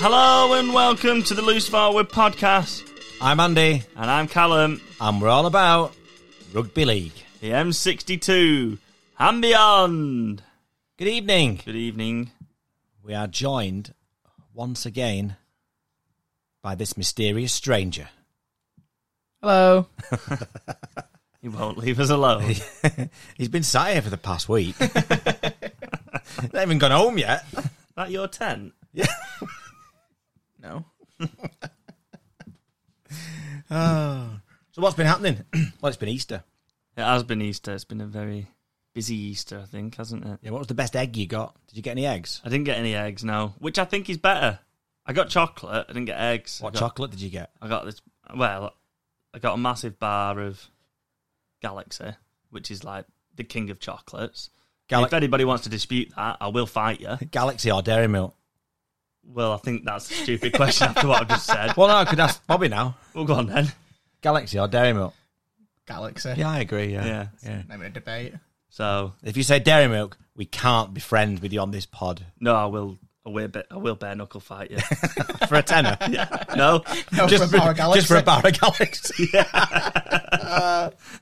Hello and welcome to the Loose Forward podcast. I'm Andy, And I'm Callum, and we're all about rugby league. the M62 and beyond. Good evening. Good evening. We are joined once again by this mysterious stranger. Hello. He won't leave us alone. He's been sat here for the past week. Not even gone home yet. that your tent? No. So what's been happening? well, it's been Easter. It has been Easter. It's been a very busy Easter, I think, hasn't it? Yeah, what was the best egg you got? Did you get any eggs? I didn't get any eggs, no. Which I think is better. I got chocolate. I didn't get eggs. What I got, chocolate did you get? I got this. Well, I got a massive bar of Galaxy, which is like the king of chocolates. Gal- if anybody wants to dispute that, I will fight you. Galaxy or Dairy Milk? Well, I think that's a stupid question after what I've just said. Well, no, I could ask Bobby now. Well, go on then. Galaxy or Dairy Milk? Galaxy. Yeah, I agree. Yeah. yeah. Name of a debate. So If you say Dairy Milk, we can't be friends with you on this pod no, I will. I will, bit, I will bare knuckle fight you. for a tenner. No, just, for a bar of Galaxy. just for a bar of Galaxy.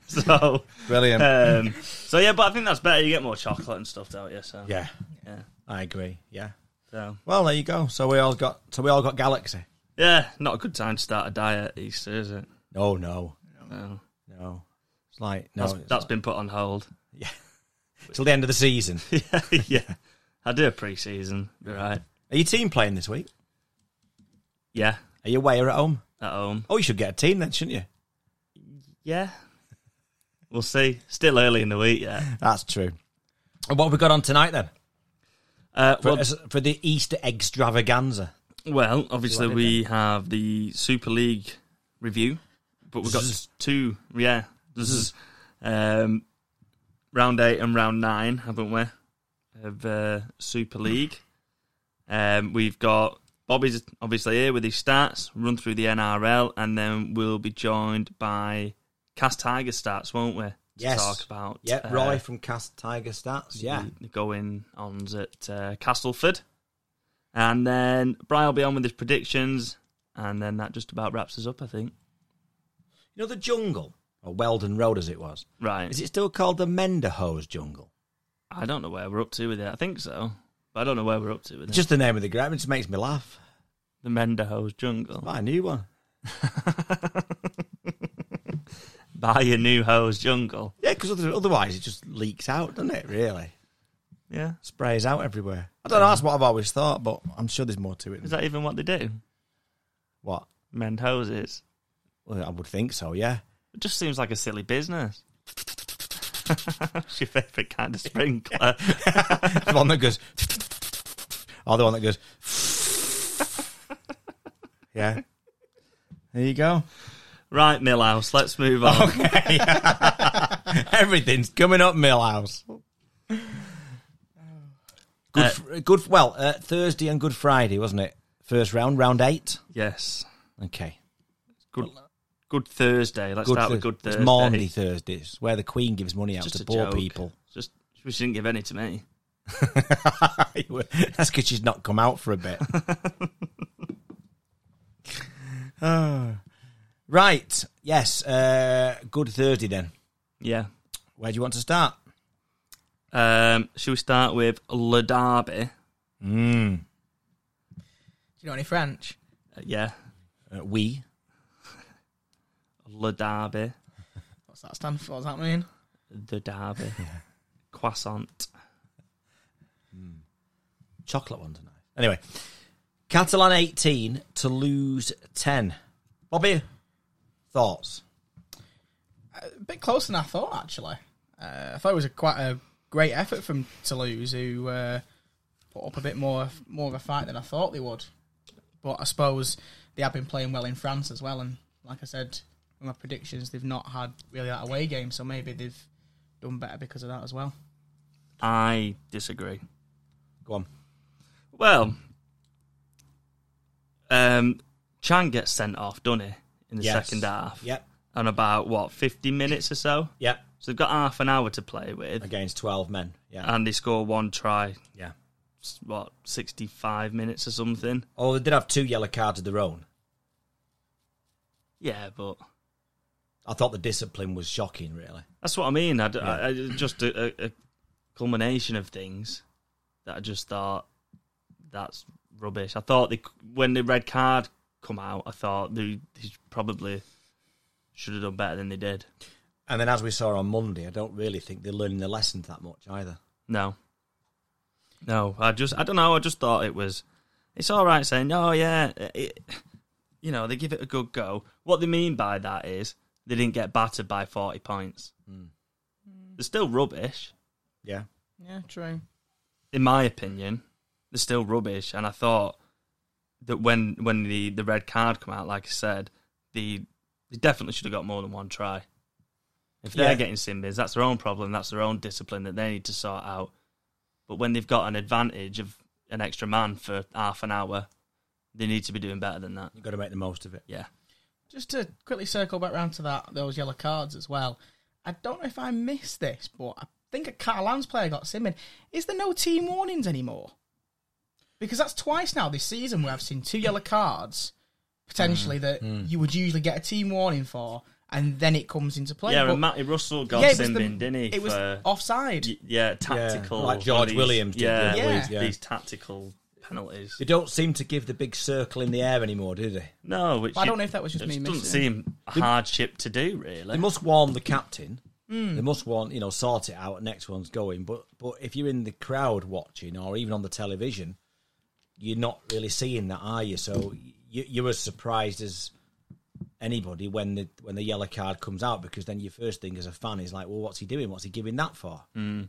so Brilliant. um, so yeah, but I think that's better. You get more chocolate and stuff, don't you? So yeah, yeah. I agree. Yeah. So Well, there you go. So we all got. So we all got Galaxy. yeah, not a good time to start a diet Easter, is it? No, no, No, no. It's like no. that's, it's that's been put on hold. like- till the end of the season. yeah, I do a pre-season. You're right. Are your team playing this week? Yeah, Are you away or at home? at home. Oh, you should get a team then, shouldn't you? Yeah, we'll see. Still early in the week. Yeah. That's true. And what have we got on tonight then? Uh, For, well, for the Easter extravaganza. Well, obviously did we have the Super League review, but we've got Zzz. two. Yeah, this is um, round eight and round nine, haven't we? Of uh, Super League, um, we've got Bobby's obviously here with his stats. Run through the NRL, and then we'll be joined by Cass Tiger stats, won't we? To Yes. Talk about Yep, uh, Mm-hmm. Roy from Cast Tiger Stats. Yeah. the going ons at uh, Castleford. And then Brian will be on with his predictions. And then that just about wraps us up, I think. You know the jungle or Weldon Road as it was. Right. Is it still called the Menderhose Jungle? I don't know where we're up to with it. I think so. But I don't know where we're up to with it. Just the name of the ground. It just makes me laugh. the Menderhose Jungle. My new one. Buy your new hose jungle. Yeah, because otherwise it just leaks out, doesn't it? Really, Yeah. sprays out everywhere. I don't know. That's what I've always thought, but I'm sure there's more to it. Is Than that even what they do? what? Mend hoses. Well, I would think so. Yeah. It just seems like a silly business. It's your favourite kind of sprinkler. the one that goes, or the one that goes. yeah. There you go. right, Millhouse, let's move on. Everything's coming up, Millhouse. Good, Uh, fr- good. Well, uh, Thursday and Good Friday, wasn't it? First round, round eight. Yes. Okay. Good, good Thursday. Let's start with good uh, Thurs- Thursday. It's Maundy Thursdays, where the Queen gives money out Just to a poor joke. people. Just she didn't give any to me. That's because she's not come out for a bit. Oh. right. Yes. Uh, good Thursday then. Yeah. Where do you want to start? Um, should we start with Le Derby? Mm. Do you know any French? Uh, yeah, Uh, we. Le Derby, What's that stand for? What does that mean? the Derby, croissant. Chocolate ones are nice. Anyway. Catalan 18, Toulouse 10. Bobby, thoughts? A bit closer than I thought, actually. Uh, I thought it was a quite a great effort from Toulouse, who uh, put up a bit more more of a fight than I thought they would. But I suppose they have been playing well in France as well, and like I said, in my predictions, they've not had really that away game, so maybe they've done better because of that as well. I disagree. Go on. Well, um, Chan gets sent off, doesn't he, in the Yes. second half? Yep. On about what fifty minutes or so. Yep. So they've got half an hour to play with, Against 12 men. Yeah. and they score one try. yeah. s- what sixty five minutes or something. Oh, they did have two yellow cards of their own. Yeah, but I thought the discipline was shocking, really. that's what I mean. I, d- Yeah. I- I- just a, a, a culmination of things that I just thought that's rubbish. I thought they, c- when the red card come out, I thought they, they probably should have done better than they did. And then, as we saw on Monday, I don't really think they're learning the lessons that much either. No. No, I just I don't know. I just thought it was. It's all right saying, oh yeah, it, you know they give it a good go. What they mean by that is they didn't get battered by forty points. They're still rubbish, Yeah. Yeah, true. in my opinion. They're still rubbish, and I thought that when when the the red card come out, like I said, the they definitely should have got more than one try. If they're Yeah. getting sin bins, that's their own problem. That's their own discipline that they need to sort out. But when they've got an advantage of an extra man for half an hour, they need to be doing better than that. You've got to make the most of it. Yeah. Just to quickly circle back round to that, those yellow cards as well. I don't know if I missed this, but I think a Catalan's player got Simon. Is there no team warnings anymore? Because that's twice now this season where I've seen two yellow cards Mm, potentially that you would usually get a team warning for, and then it comes into play. yeah, But- and Matty Russell got Yeah, it was sin the- bin, didn't he? It was for, offside. y- yeah, tactical. like George these- Williams did the Yeah, other week, these- yeah. these tactical penalties. They don't seem to give the big circle in the air anymore, do they? No, which But I you- don't know if that was just it me Doesn't missing seem a hardship to do, They really. must warn the captain. Hmm. They must warn, you know, sort it out. Next one's going. But but if you're in the crowd watching, or even on the television, you're not really seeing that, are you? So you, you're as surprised as anybody when the when the yellow card comes out, because then your first thing as a fan is like, well, what's he doing? What's he giving that for? Hmm.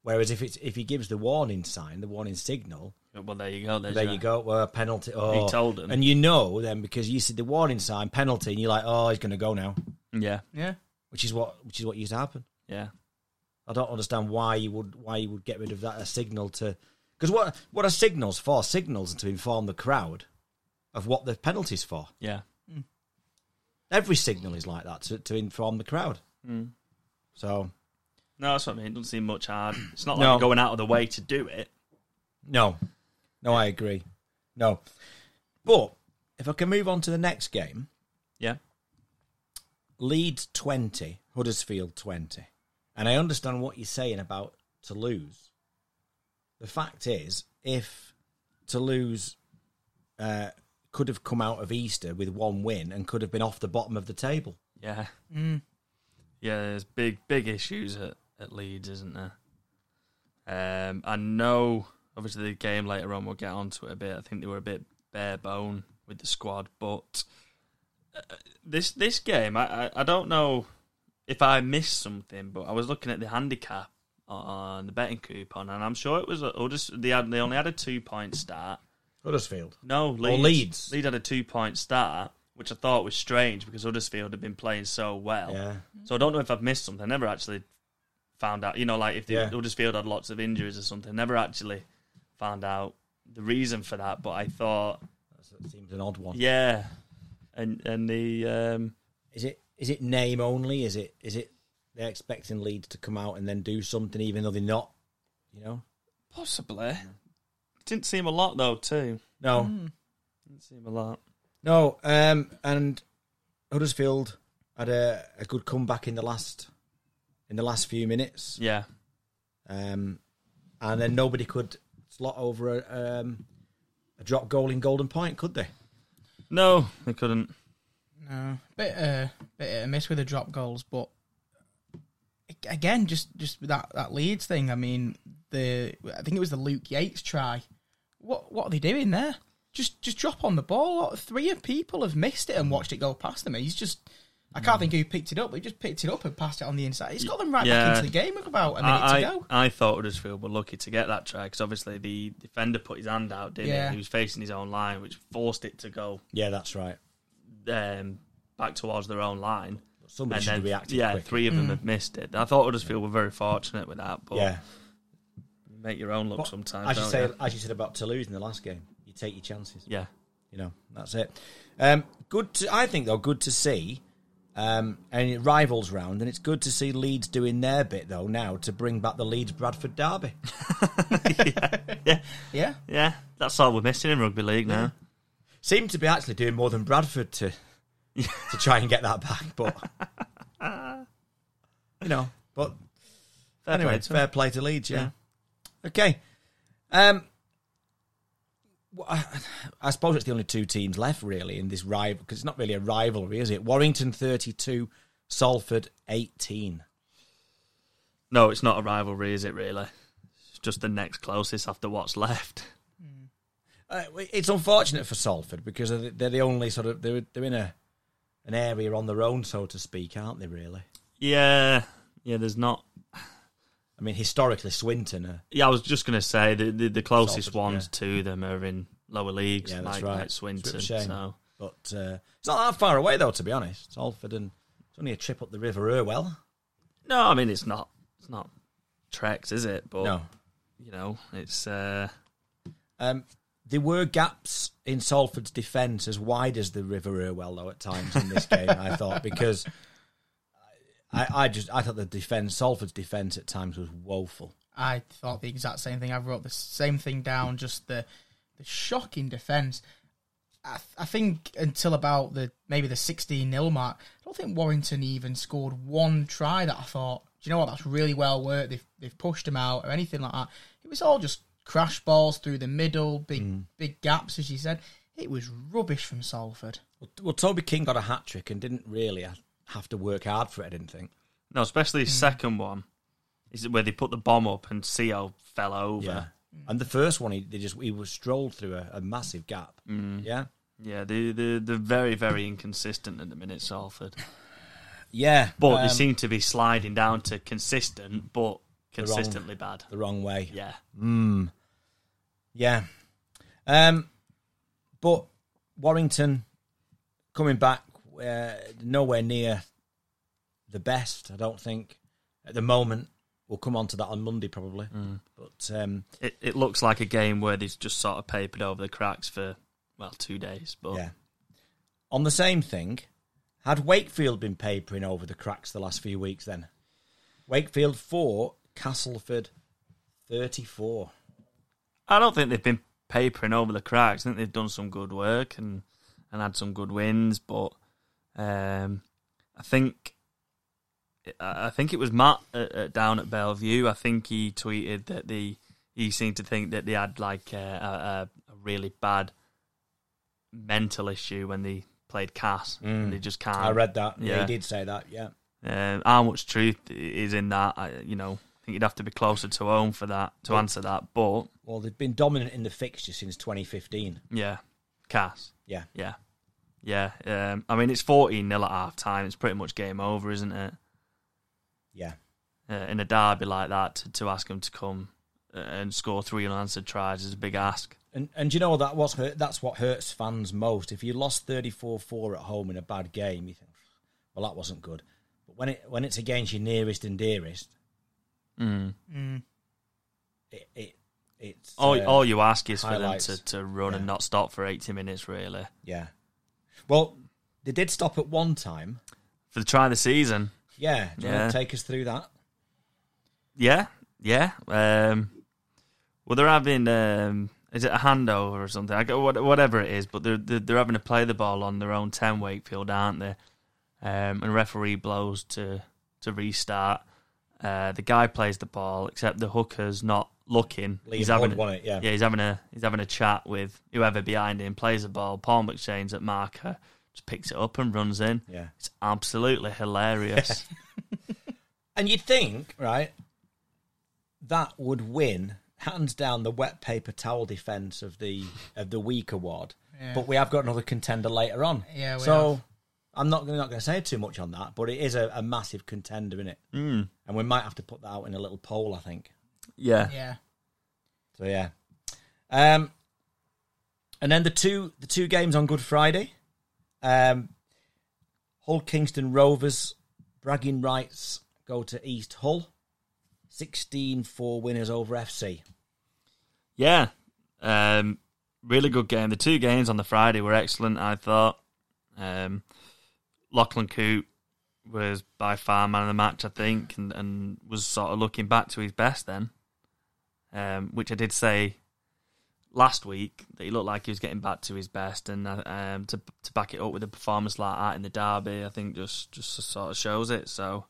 Whereas if it's if he gives the warning sign, the warning signal, Well, there you go. there's there your- you go, well, penalty. Oh, He told him. and you know then because you see the warning sign, penalty, and you're like, oh, he's going to go now, Yeah, Yeah. which is what which is what used to happen. yeah. I don't understand why you would why you would get rid of that a signal to because what what are signals for? Signals are to inform the crowd of what the penalties for. Yeah. Every signal is like that to, to inform the crowd. So No, that's what I mean. It doesn't seem much hard. It's not like No. you're going out of the way to do it. no, no, I agree. No, but if I can move on to the next game, Yeah. Leeds twenty, Huddersfield twenty, and I understand what you're saying about Toulouse. The fact is, if Toulouse uh, could have come out of Easter with one win and could have been off the bottom of the table. Yeah. Yeah, there's big, big issues at, at Leeds, isn't there? Um, I know, obviously, the game later on, we'll get onto it a bit. I think they were a bit bare bone with the squad, but uh, this this game, I, I, I don't know if I missed something, but I was looking at the handicap on the betting coupon, and I'm sure it was a, Hudders- they, had, they only had a two point start. Huddersfield. No, Leeds. Leeds. Leeds had a two point start, which I thought was strange because Huddersfield had been playing so well. Yeah. So I don't know if I've missed something. I never actually found out. You know, like if the Yeah. Huddersfield had lots of injuries or something, never actually found out the reason for that. But I thought, That seems an odd one. yeah, and and the um, Is it is it name only? Is it is it they're expecting Leeds to come out and then do something even though they're not, you know? possibly didn't seem a lot though. Too No. Mm. didn't seem a lot. No, um, and Huddersfield had a, a good comeback in the last in the last few minutes, Yeah, um, and then nobody could slot over a, um, a drop goal in Golden Point, could they? no, they couldn't. No, bit uh, bit hit and miss with the drop goals, but ag- again, just just with that that Leeds thing. I mean, the I think it was the Luke Yates try. What what are they doing there? Just just drop on the ball. Three of people have missed it and watched it go past them. He's just. I can't think who picked it up, but he just picked it up and passed it on the inside. He's got them right Mm. Yeah. back into the game with about a minute I, to go. I, I thought Huddersfield were lucky to get that try because obviously the defender put his hand out, didn't Yeah. he? He was facing his own line, which forced it to go Yeah, that's right. um, back towards their own line. Somebody and should then have reacted yeah, quick. three of them have missed it. I thought Huddersfield were very fortunate with that, but yeah, make your own luck But sometimes. As you don't say, you? as you said about Toulouse in the last game, you take your chances. yeah, You know, that's it. Um, good. To, I think though, good to see Um, and it rivals round, and it's good to see Leeds doing their bit though now to bring back the Leeds Bradford derby. Yeah, Yeah, that's all we're missing in rugby league now. Seem to be actually doing more than Bradford to to try and get that back, but you know, but Fair anyway, play it's to fair play to Leeds. Yeah. Okay. Um. wh- I, I suppose it's the only two teams left really in this rival because it's not really a rivalry, is it? Warrington thirty-two, Salford eighteen. them. No, it's not a rivalry, is it? Really, it's just the next closest after what's left. Uh, it's unfortunate for Salford because they're the- they're the only sort of they're they're in a an area on their own, so to speak, aren't they? Really. Yeah, yeah. There's not. I mean, historically, Swinton are Yeah, I was just gonna say the the, the closest Salford, ones to them are in lower leagues, Yeah, that's like, right. like Swinton. It's a bit of a shame. So But uh, it's not that far away, though, to be honest. Salford and it's only a trip up the River Irwell. no, I mean it's not. It's not treks, is it? But No. you know, it's uh, Um, there were gaps in Salford's defence as wide as the River Irwell, though, at times in this game, I thought, because I, I just I thought the defence, Salford's defence at times was woeful. I thought the exact same thing. I wrote the same thing down. Just the the shocking defense. I, th- I think until about the maybe the sixteen 0 mark, I don't think Warrington even scored one try. That I thought, do you know what? That's really well worked. They've they've pushed him out or anything like that. It was all just crash balls through the middle, big big gaps, as you said. It was rubbish from Salford. Well, well, Toby King got a hat trick and didn't really have to work hard for it, I didn't think. no, especially his second one is where they put the bomb up and Co fell over. Yeah. And the first one, he they just he was strolled through a, a massive gap. Yeah. Yeah, they they they're very very inconsistent at the minute, Salford. Yeah. But um, they seem to be sliding down to consistent, but consistently bad. the wrong way. Yeah, Yeah. Um, but Warrington coming back uh, nowhere near the best, I don't think, at the moment. We'll come on to that on Monday probably. Mm. But um, it it looks like a game where they've just sort of papered over the cracks for well two days. But yeah. On the same thing, had Wakefield been papering over the cracks the last few weeks then? Wakefield 4, Castleford 34. I don't think they've been papering over the cracks. I think they've done some good work and and had some good wins. But um, I think I I think it was Matt at, at, down at Bellevue. I think he tweeted that the he seemed to think that they had like a, a, a really bad mental issue when they played Cass. And they just can't. Hmm. I read that. Yeah. Mm. yeah. He did say that, yeah. Um, how much truth i- is in that? I, you know, I think you'd have to be closer to home for that to answer that. But Well, they've been dominant in the fixture since 2015. yeah, Cass. Yeah. Yeah. Yeah. Um, I mean, it's 14 0 at half time. It's pretty much game over, isn't it? Yeah. Uh, in a derby like that, to, to ask them to come uh, and score three unanswered tries is a big ask. And and you know that what's hurt, that's what hurts fans most. If you lost 34-4 at home in a bad game, you think, well, that wasn't good. But when it when it's against your nearest and dearest, Mm. it, it it's All, uh, all you ask is highlights. for them to, to run Yeah. and not stop for 80 minutes, really. yeah. Well, they did stop at one time. For the try of the season, Yeah, do you Yeah. want to take us through that? Yeah, yeah. Um, well, they're having um, is it a handover or something? I go what- whatever it is, but they're, they're they're having to play the ball on their own ten Wakefield, aren't they? Um, and referee blows to to restart. Uh, the guy plays the ball, except the hooker's not looking. Liam he's Hood having won a, it, yeah. yeah, he's having a he's having a chat with whoever behind him. Plays the ball, palm exchange at marker, just picks it up and runs in. Yeah. It's absolutely hilarious. And you'd think, right, that would win hands down the wet paper towel defense of the of the week award. Yeah. But we have got another contender later on. Yeah, we so have. I'm not gonna, not going to say too much on that, but it is a, a massive contender, isn't it? Mm. And we might have to put that out in a little poll, I think. yeah. Yeah, So yeah. Um, and then the two the two games on Good Friday, um, Hull Kingston Rovers bragging rights go to East Hull, 16-4 winners over FC. Yeah. Um, really good game. The two games on the Friday were excellent, I thought. Um, Lachlan Coote was by far man of the match, I think, and, and was sort of looking back to his best then, um, which I did say last week that he looked like he was getting back to his best, and uh, um, to to back it up with a performance like that in the derby, I think just just sort of shows it. So,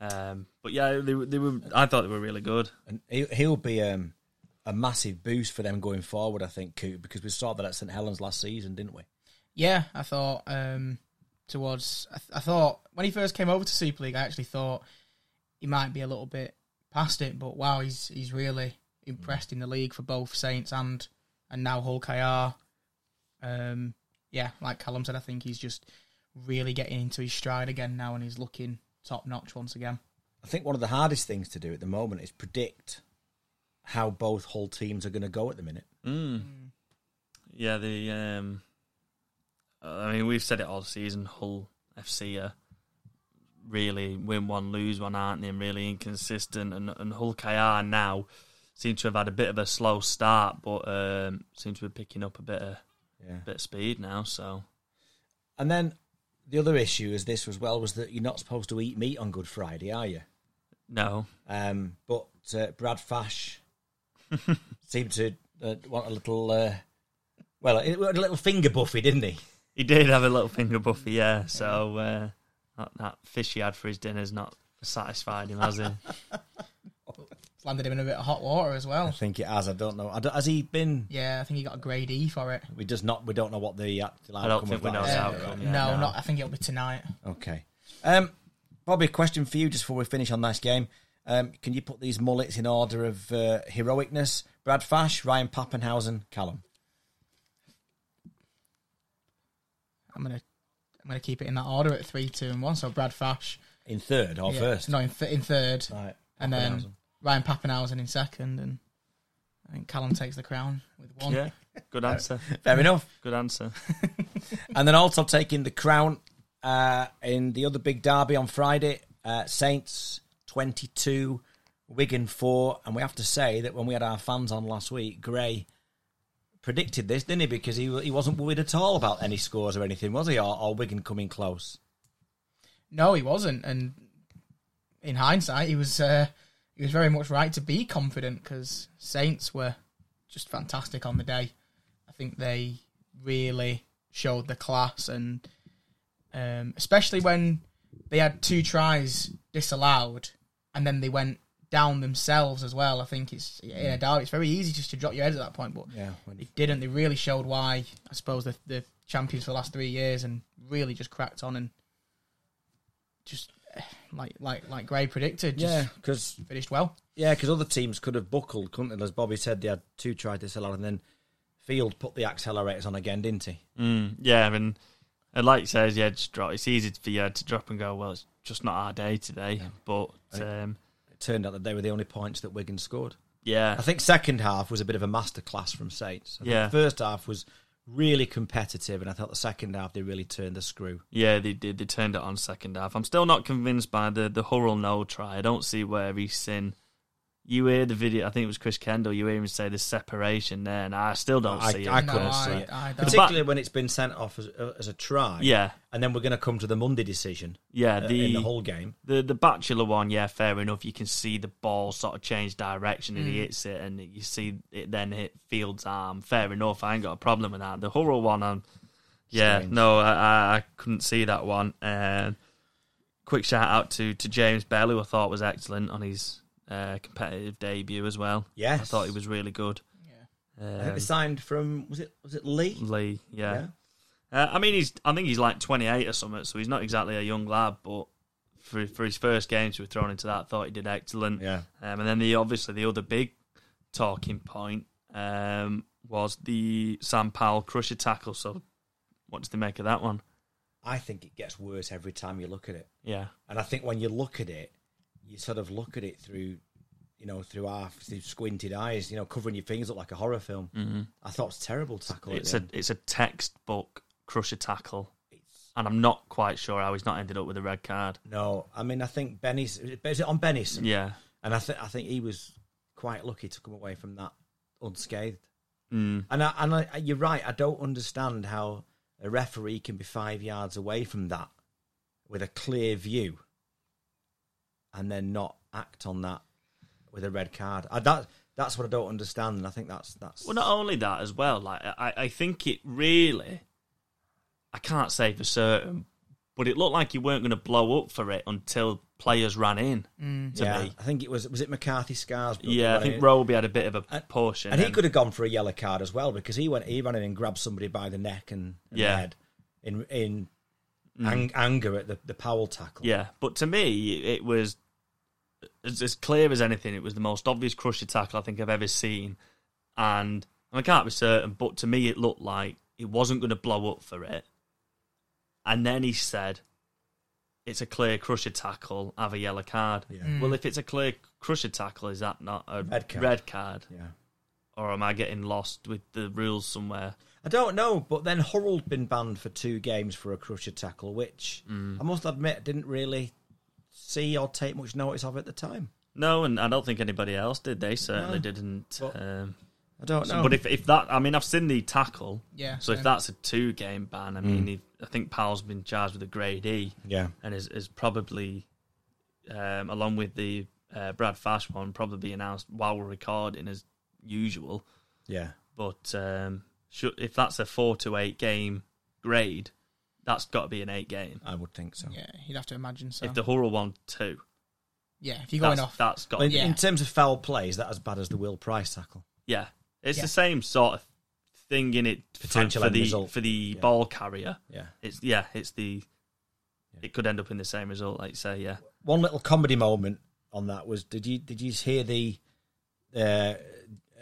um, but yeah, they were- they were. I thought they were really good. And he, he'll be um, a massive boost for them going forward, I think, Coop, because we saw that at St Helens last season, didn't we? Yeah, I thought um, towards. I, th- I thought when he first came over to Super League, I actually thought he might be a little bit past it, but wow, he's he's really impressed in the league for both Saints and and now Hull KR. Um, yeah, like Callum said, I think he's just really getting into his stride again now, and he's looking top notch once again. I think one of the hardest things to do at the moment is predict how both whole teams are going to go at the minute. Mm. Yeah, the um, I mean, we've said it all season. Hull FC are really win one, lose one, aren't they? And really inconsistent. And, and Hull KR now seem to have had a bit of a slow start, but um, seem to be picking up a bit of Yeah. bit of speed now. So And then the other issue is this as well was that you're not supposed to eat meat on Good Friday, are you? no, Um, but uh, Brad Fash seemed to uh, want a little, uh, well, a a little finger buffy, didn't he? he did have a little finger buffy, yeah. So uh, that, that fish he had for his dinner's not satisfied him, has it? Landed him in a bit of hot water as well. think it has. I don't know. I don't- has he been? Yeah, I think he got a grade E for it. We just not. We don't know what the actual I don't outcome think of we that know is. the Yeah. outcome. no, Yeah, no. not. I think it'll be tonight. Okay. Um, Bobby, question for you just before we finish on this game. Um, can you put these mullets in order of uh, heroicness? Brad Fash, Ryan Pappenhausen, Callum. I'm gonna I'm gonna keep it in that order at three, two, and one. So Brad Fash In third or yeah, Oh, first? no, in, th- in third, Right. and then Pappenhausen. Ryan Pappenhausen in second, and I think Callum takes the crown with one. Yeah, good answer. Fair enough. Good answer. And then also taking the crown uh, in the other big derby on Friday. Uh, Saints 22, Wigan 4. And we have to say that when we had our fans on last week, Gray predicted this, didn't he? Because he, he wasn't worried at all about any scores or anything, was he? Or, or Wigan coming close. No, he wasn't, and in hindsight, he was uh, he was very much right to be confident because Saints were just fantastic on the day. I think they really showed the class, and um, especially when they had two tries disallowed, and then they went down themselves as well. I think it's in a derby, it's very easy just to drop your head at that point, but Yeah. they didn't. They really showed why I suppose the the champions for the last three years and really just cracked on and just eh, like like like Gray predicted. Just Yeah, because finished well. Yeah, because other teams could have buckled, couldn't they? As Bobby said, they had two tries to sell out, and then Field put the accelerators on again, didn't he? Mm, yeah, I mean, and like you says, yeah, just drop. It's easy for you to drop and go. Well, it's just not our day today. But um, It turned out that they were the only points that Wigan scored. yeah, I think second half was a bit of a masterclass from Saints. I think Yeah. first half was really competitive, and I thought the second half they really turned the screw. yeah, they did. They turned it on second half. I'm still not convinced by the the Hurrell no try. I don't see where he's sin. You hear the video. I think it was Chris Kendall. You hear him say the separation there, and I still don't I, see I it. couldn't No, see I- it, I don't. particularly when it's been sent off as, as a try. yeah, and then we're going to come to the Monday decision yeah. uh, The, in the whole game. The the Bachelor one, yeah, fair enough. You can see the ball sort of change direction Mm. and he hits it, and you see it then hit Field's arm. Fair enough. I ain't got a problem with that. The Hurrell one, i yeah, Strange. no, I, I I couldn't see that one. Um, quick shout out to to James Bell, who I thought was excellent on his uh, competitive debut as well. Yes, I thought he was really good. I think Um, they signed from was it was it Lee? Lee, yeah. Yeah. Uh, I mean, he's. I think he's like 28 or something, so he's not exactly a young lad. But for for his first game to be thrown into that, I thought he did excellent. Yeah. Um, and then the obviously the other big talking point um, was the Sam Powell crusher tackle. So what did they make of that one? I think it gets worse every time you look at it. Yeah, And I think when you look at it, you sort of look at it through, you know, through half through squinted eyes. You know, covering your fingers up like a horror film. Mhm. I thought it was a terrible tackle. at it's the a end. it's a textbook crusher tackle, and I'm not quite sure how he's not ended up with a red card. no. I mean, I think Benny's is it on Benny's? Yeah, And I think I think he was quite lucky to come away from that unscathed. mm, And I, and I, you're right. I don't understand how a referee can be five yards away from that with a clear view, and then not act on that with a red card. I, that that's what I don't understand, and I think that's that's Well, not only that as well. Like I, I think it really, I can't say for certain, but it looked like you weren't going to blow up for it until players ran in. To yeah. me, I think it was was it McCarthy Scarsbrook? yeah, I think Roby had a bit of a And- push, and, and he then- could have gone for a yellow card as well because he went he ran in and grabbed somebody by the neck and, and Yeah. Mm. head in in ang- anger at the the Powell tackle. Yeah, but to me, it was as, as clear as anything. It was the most obvious crusher tackle I think I've ever seen, and I can't be certain, but to me, it looked like it wasn't going to blow up for it. And then he said, "It's a clear crusher tackle. Have a yellow card." Yeah. Mm. Well, if it's a clear crusher tackle, is that not a Red card. card? Yeah. or am I getting lost with the rules somewhere? I don't know, but then Hurrell'd been banned for two games for a crusher tackle, which Mm. I must admit I didn't really see or take much notice of at the time. No, and I don't think anybody else did. They certainly No. didn't. But- um, I don't So- know. But if if that, I mean, I've seen the tackle. Yeah, Mm. So if same. that's a two game ban, I mean, if, I think Powell's been charged with a grade E, yeah, and is is probably um, along with the uh, Brad Fash one probably be announced while we're recording as usual. yeah, But um, should, if that's a four to eight game grade, that's got to be an eight game. I would think so. Yeah, you'd have to imagine so. If the Hurrell one two, yeah, if you're going that's, off. that's got Well, in, yeah. in terms of foul play, is that as bad as the Will Price tackle? yeah, it's Yeah. the same sort of thing in it for- Potential for end the result. for the ball carrier. Yeah. It's yeah, it's the. It could end up in the same result, like you say, yeah. One little comedy moment on that was: did you did you hear the uh,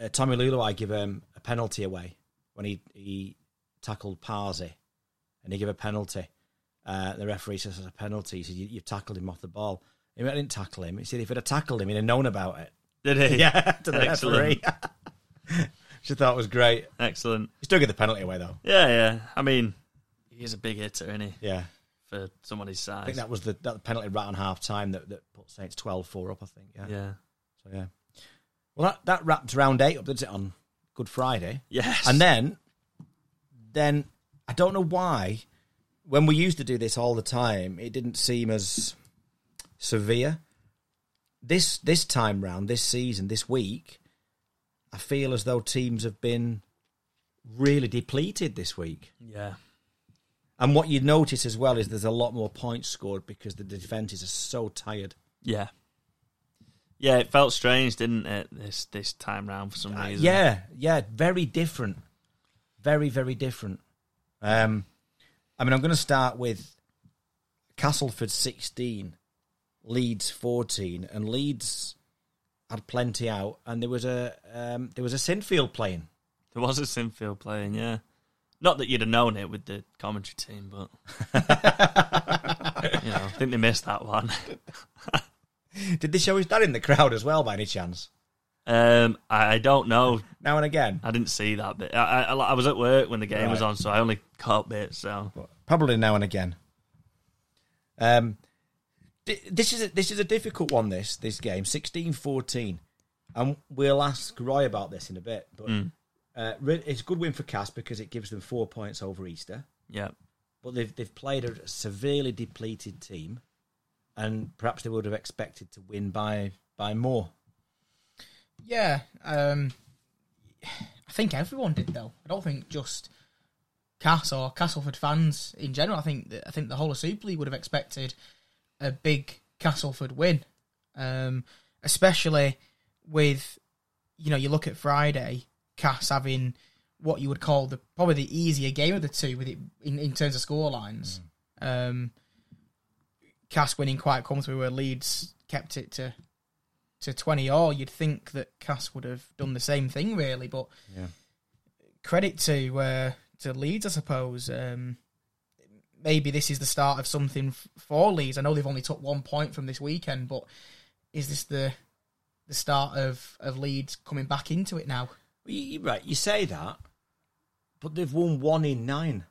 uh, Tommy Luluai give um, a penalty away when he he tackled Parsi, and he gave a penalty. Uh, the referee says it's a penalty. He said you, you've tackled him off the ball. He went, I didn't tackle him. He said if I'd have tackled him, he'd have known about it. Did he? Yeah, to the Excellent. referee. Which I thought was great. Excellent. He still gave the penalty away though. Yeah, yeah. I mean, he's a big hitter, isn't he? Yeah. For someone his I size. think that was the that penalty right on half time that, that put Saints 12 4 up, I think. Yeah. yeah. So, yeah. Well, that, that wrapped round eight up, didn't it, on Good Friday? Yes. And then, then I don't know why, when we used to do this all the time, it didn't seem as severe. This this time round, this season, this week, I feel as though teams have been really depleted this week. Yeah. And what you notice as well is there's a lot more points scored because the defences are so tired. Yeah. Yeah, it felt strange, didn't it, this this time round for some Uh, reason. yeah, yeah, very different, very very different. Um, I mean, I'm going to start with Castleford 16, Leeds 14, and Leeds had plenty out, and there was a um, there was a Sinfield playing. There was a Sinfield playing, yeah. Not that you'd have known it with the commentary team, but you know, I think they missed that one. Did they show his dad in the crowd as well, by any chance? Um, I, I don't know. Now and again, I didn't see that bit. I, I, I was at work when the game was Right. on, so I only caught bits. So but probably now and again. Um, thi- this is a, this is a difficult one. This this game 16-14. and we'll ask Roy about this in a bit. But uh, re- it's a good win for Cass because it gives them four points over Easter. yeah, But they've they've played a severely depleted team, and perhaps they would have expected to win by by more. Yeah, um, I think everyone did though. I don't think just Cass or Castleford fans in general. I think that, I think the whole of Super League would have expected a big Castleford win, um, especially with you know you look at Friday Cass having what you would call the probably the easier game of the two with it in, in terms of score lines. Um, Cass winning quite comfortably where Leeds kept it to to 20 or you'd think that Cass would have done the same thing really but Yeah. credit to uh, to Leeds I suppose um, maybe this is the start of something f- for Leeds I know they've only took one point from this weekend but is this the the start of, of Leeds coming back into it now Well, you, you're right, you say that, but they've won one in nine.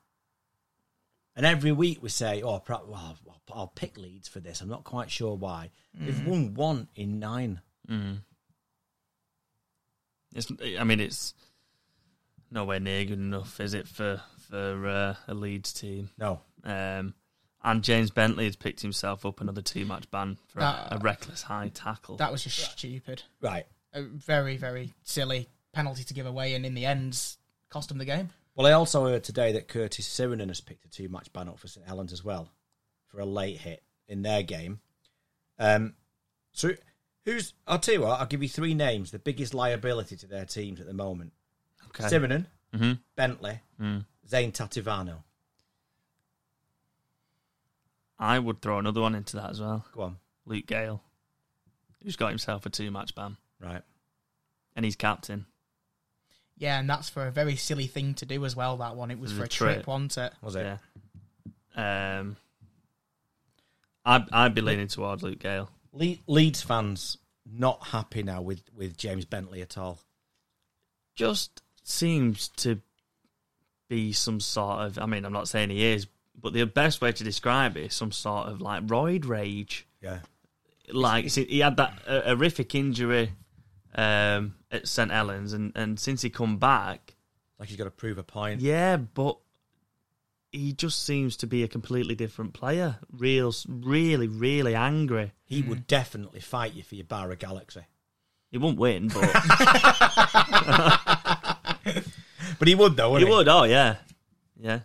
And every week we say, oh, perhaps, well, I'll, I'll pick Leeds for this. I'm not quite sure why. They've won one in nine. Mm. it's. I mean, it's nowhere near good enough, is it, for for uh, a Leeds team? No. Um, And James Bentley has picked himself up another two match ban for That- a, a reckless high tackle. That was just stupid. Right. A very, very silly penalty to give away, and in the end, cost him the game. Well, I also heard today that Curtis Sirenen has picked a two match ban up for St Helens as well for a late hit in their game. Um, so who's? I'll tell you what. I'll give you three names. The biggest liability to their teams at the moment: okay. okay. Mhm. Bentley, Mm. Zane Tativano. I would throw another one into that as well. Go on. Luke Gale, who's got himself a two match ban, Right. and he's captain. Yeah, and that's for a very silly thing to do as well. That one, it was It was for a a trip, trip. wasn't it? Was it? Yeah. Um, I I'd be leaning toward Luke Gale. Le- Leeds fans not happy now with with James Bentley at all. Just seems to be some sort of. I mean, I'm not saying he is, but the best way to describe it is some sort of like roid rage. Yeah. Like see, he had that uh, horrific injury um, at St Helens, and and since he come back, Like he's got to prove a point. Yeah, but he just seems to be a completely different player. Real, really, really angry. He Mm. would definitely fight you for your Barra Galaxy. He won't win, but But he would though, he wouldn't would. Oh yeah, yeah.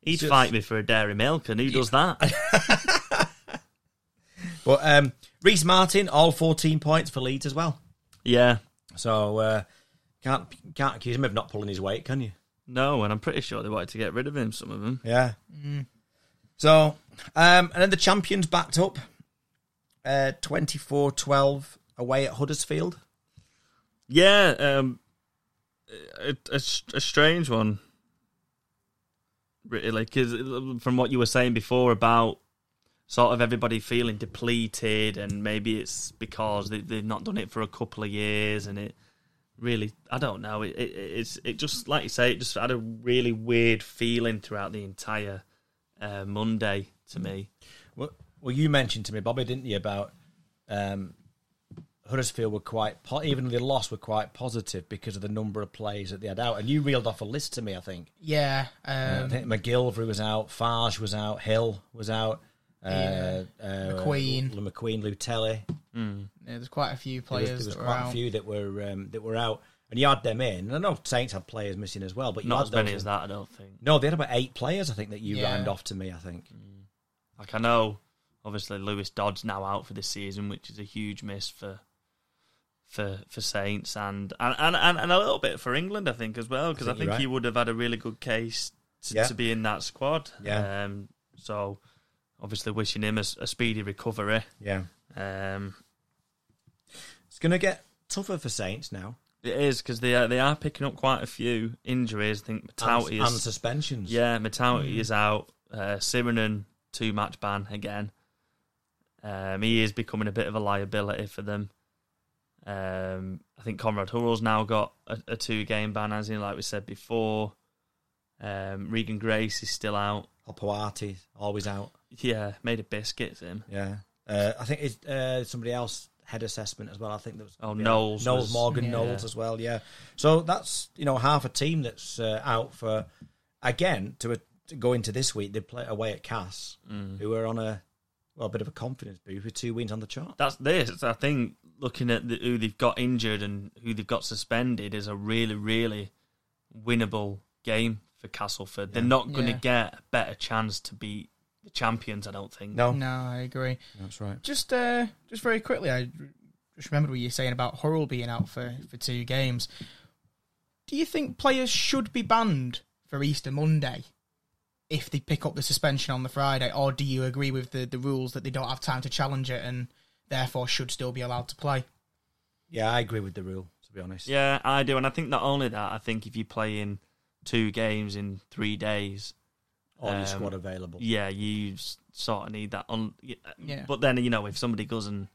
He'd It's just- fight me for a dairy milk, and who does that? But um, Reese Martin, all 14 points for Leeds as well. yeah, So uh, can't can't accuse him of not pulling his weight, can you? no, and I'm pretty sure they wanted to get rid of him. Some of them. Yeah. Mm. So, um, and then the champions backed up uh, 24-12 away at Huddersfield. Yeah, um, a, a, a strange one, really, because from what you were saying before about sort of everybody feeling depleted, and maybe it's because they, they've not done it for a couple of years, and it really, I don't know, it, it it's it just like you say, it just had a really weird feeling throughout the entire uh, Monday to me. Well, well, you mentioned to me, Bobby, didn't you, about um, Huddersfield were quite, po- even though they lost, were quite positive because of the number of players that they had out. And you reeled off a list to me, I think. Yeah, I um, think McGilvery was out, Farge was out, Hill was out, uh, uh, McQueen. L- McQueen, Lutelli. yeah, there's quite a few There was, players there was that were quite out. a few that were um, that were out, and you had them in. And I know Saints had players missing as well, but you Not had as those many as in. that, I don't think. No, they had about eight players, I think, that you Yeah. round off to me. I think. Like I know, obviously Lewis Dodd's now out for this season, which is a huge miss for for for Saints and and and, and, and a little bit for England, I think as well, because I think think, you're he right. would have had a really good case to, Yeah. to be in that squad. Yeah. Um, so obviously wishing him a, s- a speedy recovery. Yeah, Um, it's going to get tougher for Saints now. it is because they are, they are picking up quite a few injuries. I think And, Matauti and is suspensions. yeah, Hmm. Matauti is out. Uh, Sirenen two match ban again. Um, he is becoming a bit of a liability for them. Um, I think Conrad Hurrell's now got a, a two game ban, as in like we said before. Um, Regan Grace is still out. Hopoati always out. Yeah, made of biscuits him. Yeah, uh, I think it's uh, somebody else head assessment as well. I think that was Oh, yeah. Knowles was- Morgan Yeah. Knowles as well. Yeah, so that's you know half a team that's uh, out for again to, a, to go into this week. They play away at Cass, Hmm. who are on a well a bit of a confidence boost with two wins on the chart. That's this. I think looking at the, who they've got injured and who they've got suspended is a really, really winnable game for Castleford. They're not going to Yeah. get a better chance to beat the champions, I don't think. No, No, I agree. that's right. Just, uh, just very quickly, I just remembered what you were saying about Hurrell being out for, for two games. Do you think players should be banned for Easter Monday if they pick up the suspension on the Friday, or do you agree with the, the rules that they don't have time to challenge it and therefore should still be allowed to play? Yeah, I agree with the rule to be honest. Yeah, I do. And I think not only that, I think if you play in two games in three days, All your Um, squad available. yeah, you s- sort of need that. On, Yeah. But then, you know, if somebody goes and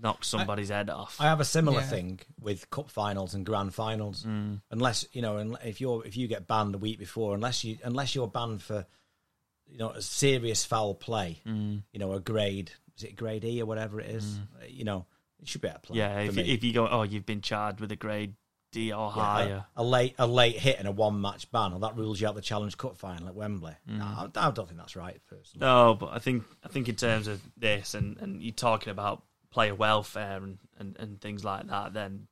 knocks somebody's head off. I have a similar Yeah. thing with cup finals and grand finals. Mm. Unless you know, and if you're if you get banned the week before, unless you unless you're banned for you know a serious foul play, mm, you know a grade is it grade E or whatever it is, you know it should be out of play. yeah, for if, me. if you go, oh, you've been charged with a grade fifty or higher. A late a late hit and a one match ban, or that rules you out the Challenge Cup final at Wembley. Mm. No, I, I don't think that's right. Personally, No, but I think I think in terms of this and, and you're talking about player welfare and, and, and things like that, then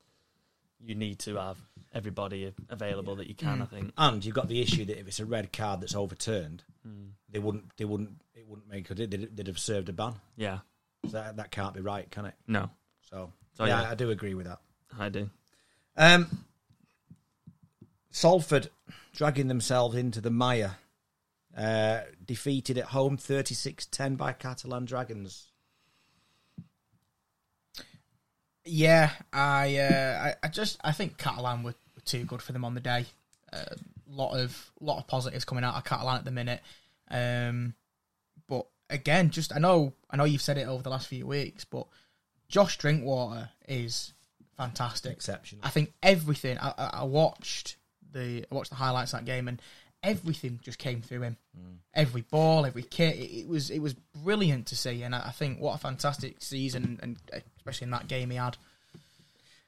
you need to have everybody available that you can. Mm. I think. and you've got the issue that if it's a red card that's overturned, Mm. they wouldn't they wouldn't it wouldn't make a they'd, they'd have served a ban. Yeah. So that that can't be right, can it? No, So, So, yeah, yeah. I do agree with that. I do. Um, Salford dragging themselves into the mire, uh, defeated at home 36-10 by Catalan Dragons. Yeah, I, uh, I, I just, I think Catalan were, were too good for them on the day. A lot of, lot of positives coming out of Catalan at the minute. Um, but again, just I know, I know you've said it over the last few weeks, but Josh Drinkwater is fantastic. Exceptional. I think everything. I, I, I watched the, I watched the highlights of that game, and everything just came through him. Every ball, every kick, it, it was, it was brilliant to see. And I, I think what a fantastic season, and especially in that game he had.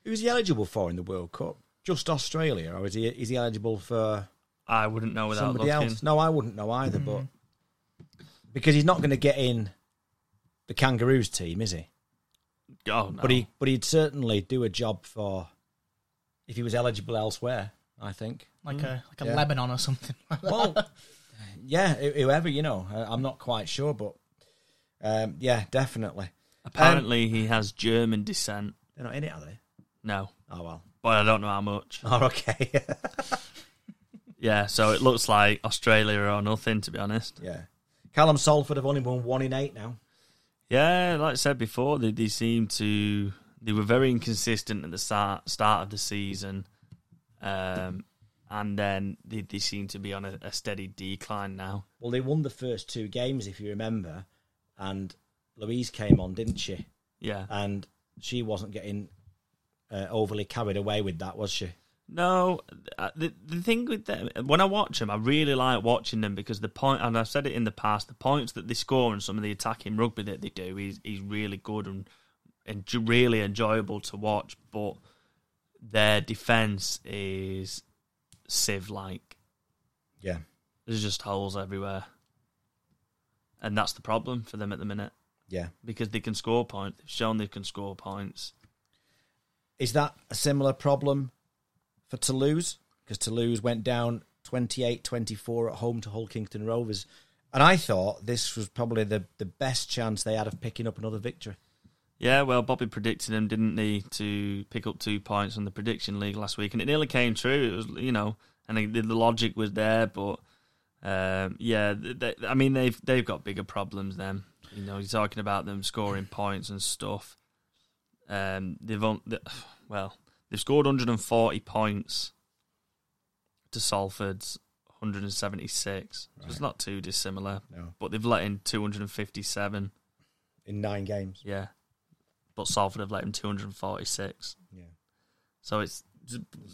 Who's he eligible for in the World Cup? Just Australia, or is he is he eligible for I wouldn't know without somebody looking. Mm-hmm. else? No, I wouldn't know either, but because he's not going to get in the Kangaroos team, is he? Oh, no. But he but he'd certainly do a job for if he was eligible elsewhere. I think. like a like a Hmm. Yeah. Lebanon or something. like that. well, yeah, who- whoever you know, I- I'm not quite sure, but um, yeah, definitely. apparently he has German descent. They're not in it, are they? No, Oh well. but I don't know how much. Oh okay. Yeah, so it looks like Australia or nothing, to be honest. yeah. Callum Salford have only won one in eight now. Yeah, like I said before, they, they seemed to they were very inconsistent at the start start of the season, um, and then they, they seem to be on a, a steady decline now. Well, they won the first two games, if you remember, and Louise came on, didn't she? Yeah, And she wasn't getting uh, overly carried away with that, was she? no, uh, the the thing with them when I watch them, I really like watching them because the point, and I've said it in the past, the points that they score and some of the attacking rugby that they do is is really good and and ju- really enjoyable to watch, but their defense is sieve like. Yeah. There's just holes everywhere. And that's the problem for them at the minute Yeah. because they can score points. They've shown they can score points. Is that a similar problem for Toulouse? Because Toulouse went down 28 24 at home to Hull Kingston Rovers. And I thought this was probably the, the best chance they had of picking up another victory. Yeah, well, Bobby predicted them, didn't he, to pick up two points on the prediction league last week, and it nearly came true. It was, you know, and the, the logic was there, but um, yeah, th they, I mean, they've they've got bigger problems. Then, you know, you're talking about them scoring points and stuff. Um, they've on, the, well, they've scored 140 points to Salford's 176. So it's not too dissimilar, No. but they've let in 257. In nine games. Yeah. But Salford have let him 246. Yeah. So it's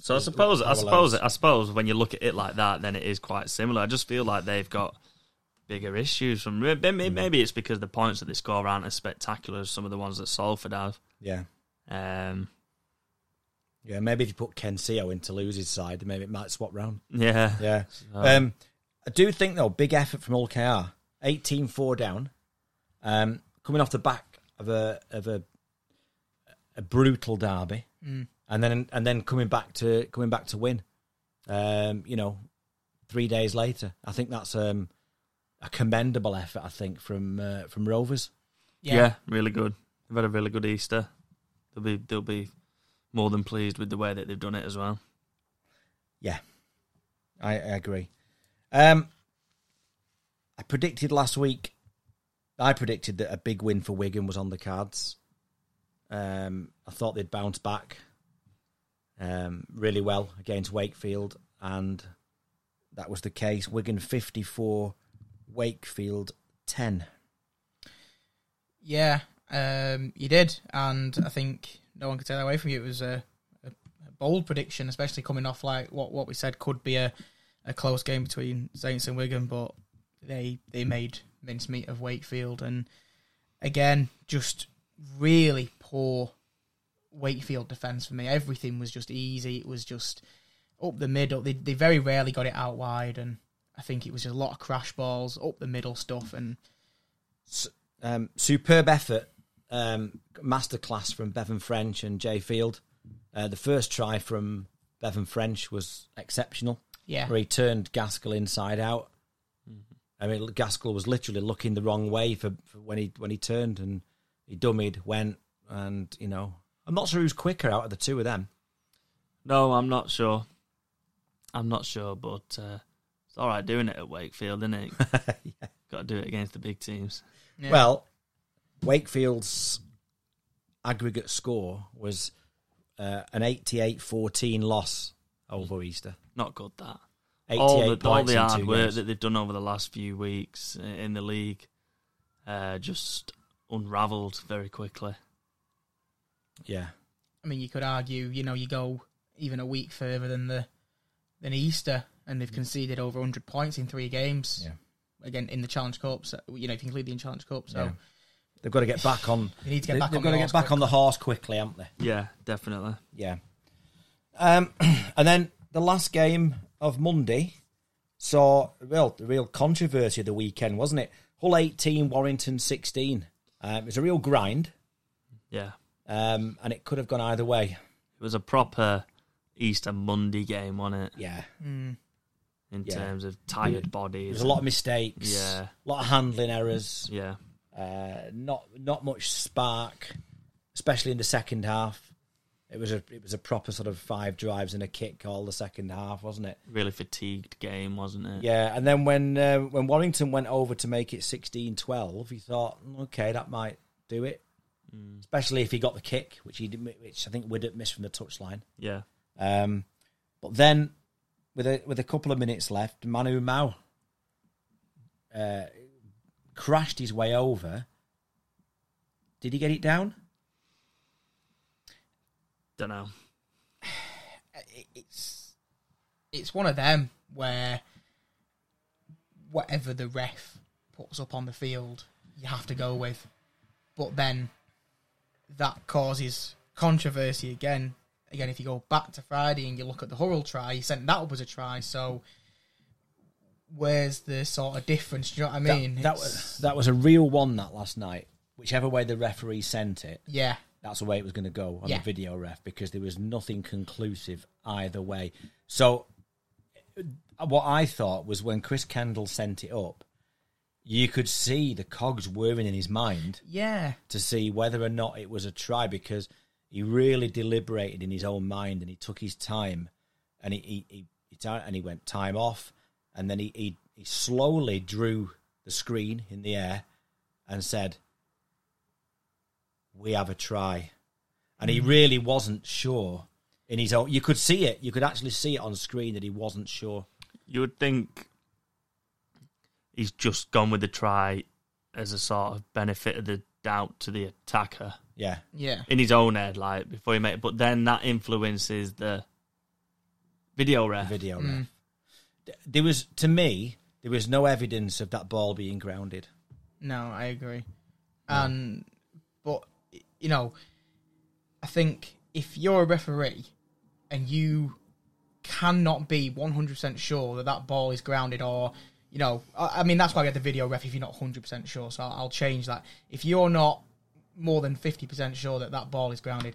so I suppose I parallels. suppose I suppose when you look at it like that, then it is quite similar. I just feel like they've got bigger issues from maybe, maybe it's because the points that they score aren't as spectacular as some of the ones that Salford have. Yeah. Um, Yeah. Maybe if you put Ken Seo in Toulouse's side, maybe it might swap round. yeah, Yeah. Uh, Um, I do think, though, big effort from OKR. 18 4 down. Um, coming off the back of a of a a brutal derby. Hmm. And then and then coming back to coming back to win. Um, you know, three days later. I think that's um, a commendable effort, I think, from uh, from Rovers. yeah, really good. They've had a really good Easter. They'll be they'll be more than pleased with the way that they've done it as well. I, I agree. Um, I predicted last week. I predicted that a big win for Wigan was on the cards. Um, I thought they'd bounce back um, really well against Wakefield, and that was the case. Wigan fifty-four, Wakefield ten. yeah. Um, you did, and I think no one could take that away from you. It was a, a, a bold prediction, especially coming off like what what we said could be a, a close game between Saints and Wigan, but they they made mincemeat of Wakefield, and again, just really poor Wakefield defence for me. Everything was just easy. It was just up the middle. They they very rarely got it out wide, and I think it was just a lot of crash balls up the middle stuff. And Um, superb effort, um, masterclass from Bevan French and Jay Field. Uh, the first try from Bevan French was exceptional, yeah, where he turned Gaskell inside out. Mm-hmm. I mean, Gaskell was literally looking the wrong way for, for when he when he turned and he dummied, went, and you know, I'm not sure who's quicker out of the two of them. No, I'm not sure. I'm not sure, but uh, it's all right doing it at Wakefield, isn't it? Got to do it against the big teams. yeah. Well, Wakefield's aggregate score was uh, an 88-14 loss over Easter. Not good that. 88 All the, all points the in hard two work games. that they've done over the last few weeks i- in the league uh, just unravelled very quickly. Yeah, I mean, you could argue, you know, you go even a week further than the than Easter, and they've conceded over 100 points in three games. Mm. Yeah. Again, in the Challenge Cup, so, you know, if you include the Challenge Cup, so Yeah. they've got to get back on. you need to they, get have back. on got to the get horse back quick. on the horse quickly, haven't they? Yeah, definitely. Yeah. Um, and then the last game of Monday saw well the real controversy of the weekend, wasn't it? Hull eighteen, Warrington sixteen. Um, it was a real grind, Yeah. um, and it could have gone either way. It was a proper Easter Monday game, on it? Yeah. Mm. In Yeah. terms of tired bodies. There's a lot of mistakes. Yeah. A lot of handling errors. Yeah. Uh, not not much spark, especially in the second half. It was a it was a proper sort of five drives and a kick all the second half, wasn't it? Really fatigued game, wasn't it? Yeah, and then when uh, when Warrington went over to make it 16-12, you thought, "Mm, okay, that might do it. Especially if he got the kick, which he did, which I think Widdop missed from the touchline. Yeah. Um, but then, with a with a couple of minutes left, Manu Mao uh, crashed his way over. Did he get it down? Don't know. it's it's one of them where whatever the ref puts up on the field, you have to go with. But then that causes controversy again. Again, if you go back to Friday and you look at the Hurrell try, he sent that up as a try. So where's the sort of difference? Do you know what I mean? that, that It's- was that was a real one that last night. Whichever way the referee sent it, yeah, that's the way it was going to go on Yeah. the video ref because there was nothing conclusive either way. So, uh, what I thought was when Chris Kendall sent it up, you could see the cogs whirring in his mind yeah. to see whether or not it was a try because he really deliberated in his own mind and he took his time and he he, he, he ti- and he went time off and then he, he he slowly drew the screen in the air and said we have a try and he really wasn't sure in his own you could see it you could actually see it on screen that he wasn't sure You would think he's just gone with the try as a sort of benefit of the doubt to the attacker yeah Yeah. in his own head, like before he made it. But then that influences the video ref. video ref. Th- there was to me there was no evidence of that ball being grounded No, I agree. And but you know, I think if you're a referee and you cannot be 100% sure that that ball is grounded or you know, I, I mean that's why we had the video ref if you're not 100% sure. So I'll, I'll change that. If you're not more than 50% sure that that ball is grounded,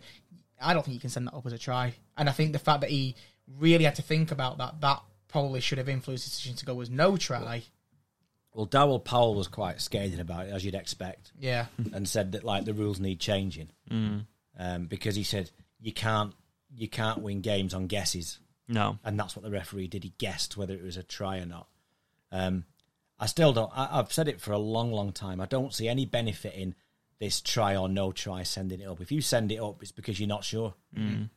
I don't think you can send that up as a try. And I think the fact that he really had to think about that that probably should have influenced his decision to go as no try. Well, Darrell Powell was quite scathing about it, as you'd expect, Yeah. and said that like the rules need changing um, because he said you can't you can't win games on guesses, No. and that's what the referee did. He guessed whether it was a try or not. Um, I still don't. I, I've said it for a long, long time. I don't see any benefit in this try or no try sending it up. If you send it up, it's because you're not sure. Mm.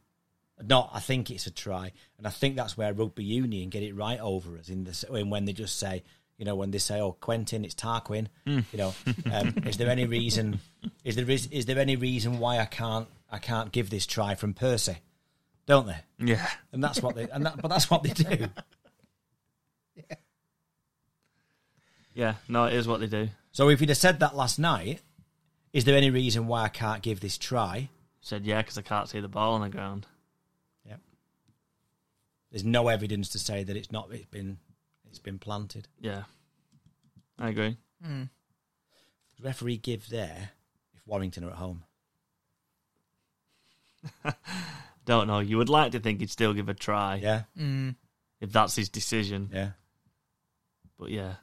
No, I think it's a try, and I think that's where rugby union get it right over us in the in when they just say, you know, when they say, "Oh, Quentin, it's Tarquin," you know, um, is there any reason? Is there is, is there any reason why I can't I can't give this try from Percy? Don't they? Yeah. And that's what they and that, but that's what they do. Yeah. No, it is what they do. So if he'd have said that last night, is there any reason why I can't give this try? said, "Yeah, because I can't see the ball on the ground." There's no evidence to say that it's not. It's been it's been planted. Yeah, I agree. Mm. Does referee give there if Warrington are at home? Don't know. You would like to think he'd still give a try Yeah, Mm. if that's his decision, yeah. but yeah,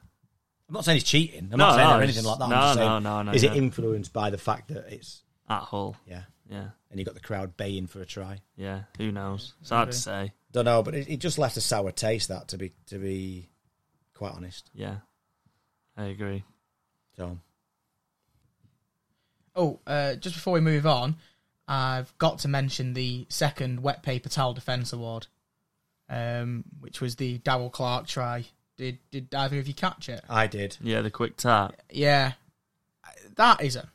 I'm not saying he's cheating. I'm no, not saying no, or it's- anything like that. No, I'm just no, saying, no, no. is yeah. it influenced by the fact that it's at Hull? yeah, Yeah, and you got the crowd baying for a try? yeah. Who knows? It's hard Maybe. to say. Don't know, but it, it just left a sour taste. That to be to be quite honest. Yeah, I agree. So Oh, uh, just before we move on, I've got to mention the second wet paper towel defence award, um, which was the Darrell Clark try. Did did either of you catch it? I did. Yeah, the quick tap. Yeah, that is a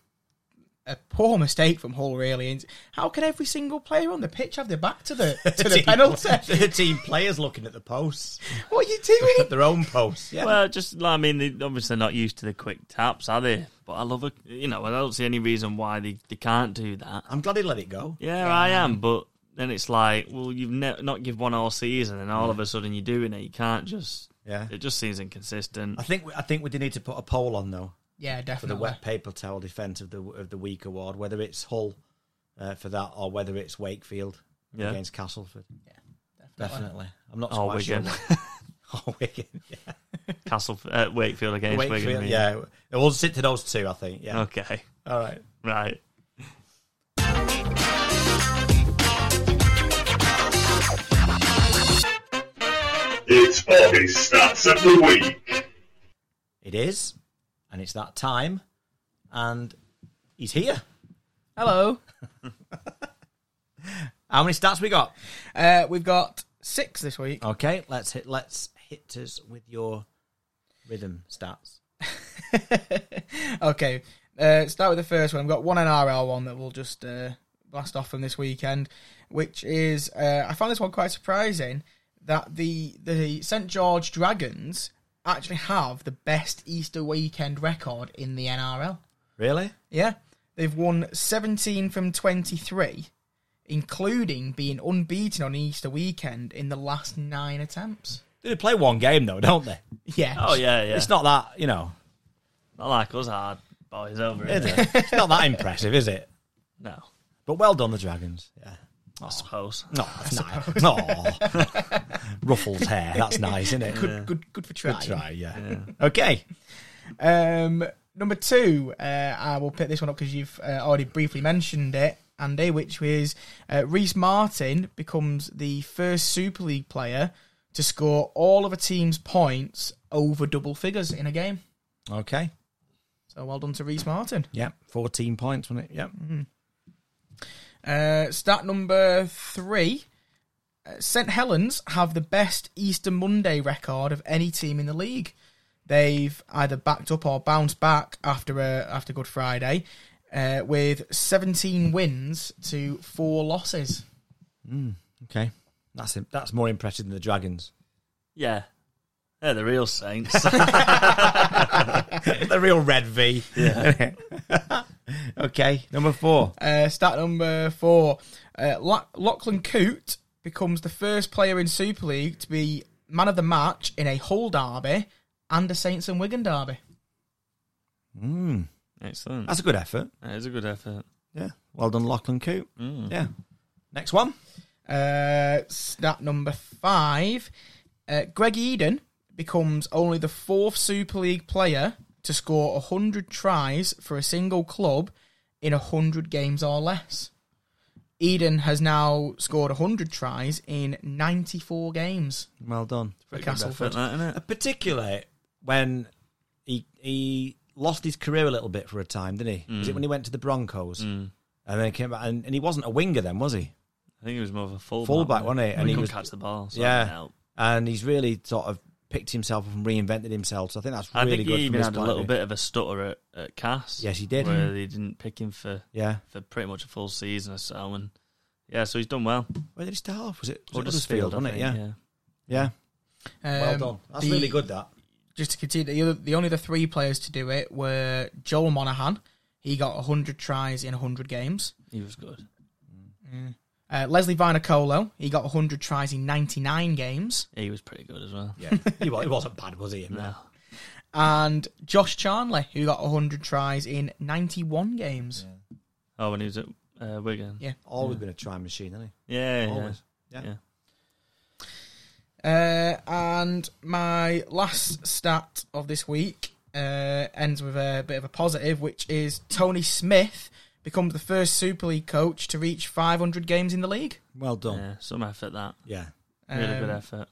a poor mistake from Hull. Really, And how can every single player on the pitch have their back to the to the Team- penalty? the team players looking at the posts, What are you doing? at their own posts. Yeah, Well, just I mean, they obviously not used to the quick taps, are they? But I love it. You know, I don't see any reason why they, they can't do that. I'm glad he let it go. Yeah, I am, but then it's like, well, you've ne- not give one all season, and all of a sudden you're doing it. You can't just. Yeah, It just seems inconsistent. I think we, I think we do need to put a poll on though Yeah, for the Oh, definitely. wet paper towel defence of the of the week award, whether it's Hull uh, for that or whether it's Wakefield Yeah. against Castleford. Definitely. Definitely, I'm not Or quite sure. Wigan. Oh, Wigan. Yeah. Castle uh, Wakefield against Wakefield, Wigan. you mean? yeah. We'll sit to those two, I think. Yeah. Okay. All right. Right. It's Bobby's Stats of the Week. It is, and it's that time, and he's here. Hello. How many stats we got? Uh, we've got six this week. Okay, let's hit. Let's hit us with your rhythm stats. okay, uh, start with the first one. I've got one NRL one that we'll just uh, blast off from this weekend, which is uh, I found this one quite surprising that the the St George Dragons actually have the best Easter weekend record in the NRL. Really? Yeah, they've won seventeen from twenty three. Including being unbeaten on Easter weekend in the last nine attempts. They play one game though, don't they? Yeah. Oh yeah, yeah. It's not that you know. not like us hard boys over Is it. it? it's not that impressive, is it? No, But well done, the Dragons. Yeah. I suppose. No, that's nice. No. Ruffles hair. That's nice, isn't it? Good, good, good for trying. Good try, yeah. Okay. Um, number two, uh, I will pick this one up because you've uh, already briefly mentioned it, Andy, which was uh, Reese Martin becomes the first Super League player to score all of a team's points over double figures in a game. Okay. So well done to Reese Martin. Yep. 14 points, wasn't it? Yep. Uh, stat number three. Uh, St Helens have the best Easter Monday record of any team in the league. They've either backed up or bounced back after uh, after Good Friday, uh, with 17 wins to four losses. Mm. Okay. That's im- that's more impressive than the Dragons. Yeah, they're the real saints. the real red V. Yeah. okay. Number four. Uh, stat number four: uh, La- Lachlan Coote becomes the first player in Super League to be man of the match in a Hull derby and a Saints and Wigan derby. Mm, Excellent. that's a good effort. That is a good effort. Yeah. Well done, Lachlan Coop. Yeah. Next one. Uh, stat number five: uh, Greg Eden becomes only the fourth Super League player to score hundred tries for a single club in hundred games or less. Eden has now scored hundred tries in ninety-four games Well done. for Good effort, Castleford. that, isn't it? particularly when he he lost his career a little bit for a time, didn't he? Mm. Was it when he went to the Broncos? And then he came back, and, and he wasn't a winger then, was he? Hmm. I think it was more of a fullback. Fullback, wasn't it? And he he could was, catch the ball. So yeah. that helped. and he's really sort of picked himself up and reinvented himself. So I think that's I really think good. he from even his had a point of little view. bit of a stutter at, at Cass. Yes, he did. Where they didn't pick him for, Yeah. for pretty much a full season or so. And yeah, so he's done well. Where did he start off? Was it was it Huddersfield, Huddersfield? Wasn't I it? think, Yeah. Yeah. Well Um, done. That's the- really good. That. just to continue, the, other, the only other three players to do it were Joel Monaghan. He got 100 tries in 100 games. He was good. Uh, Leslie Vinacolo, he got 100 tries in 99 games. He was pretty good as well. Yeah, he, wa- he wasn't bad, was he? No. And Josh Charnley, who got 100 tries in 91 games. Oh, when he was at uh, Wigan. Yeah. Always been a try machine, hasn't Yeah, he? yeah, Always. yeah. Yeah. Uh, and my last stat of this week uh, ends with a bit of a positive, which is Tony Smith becomes the first Super League coach to reach 500 games in the league. Well done. Yeah. Yeah, Some effort that. Um, Really good effort.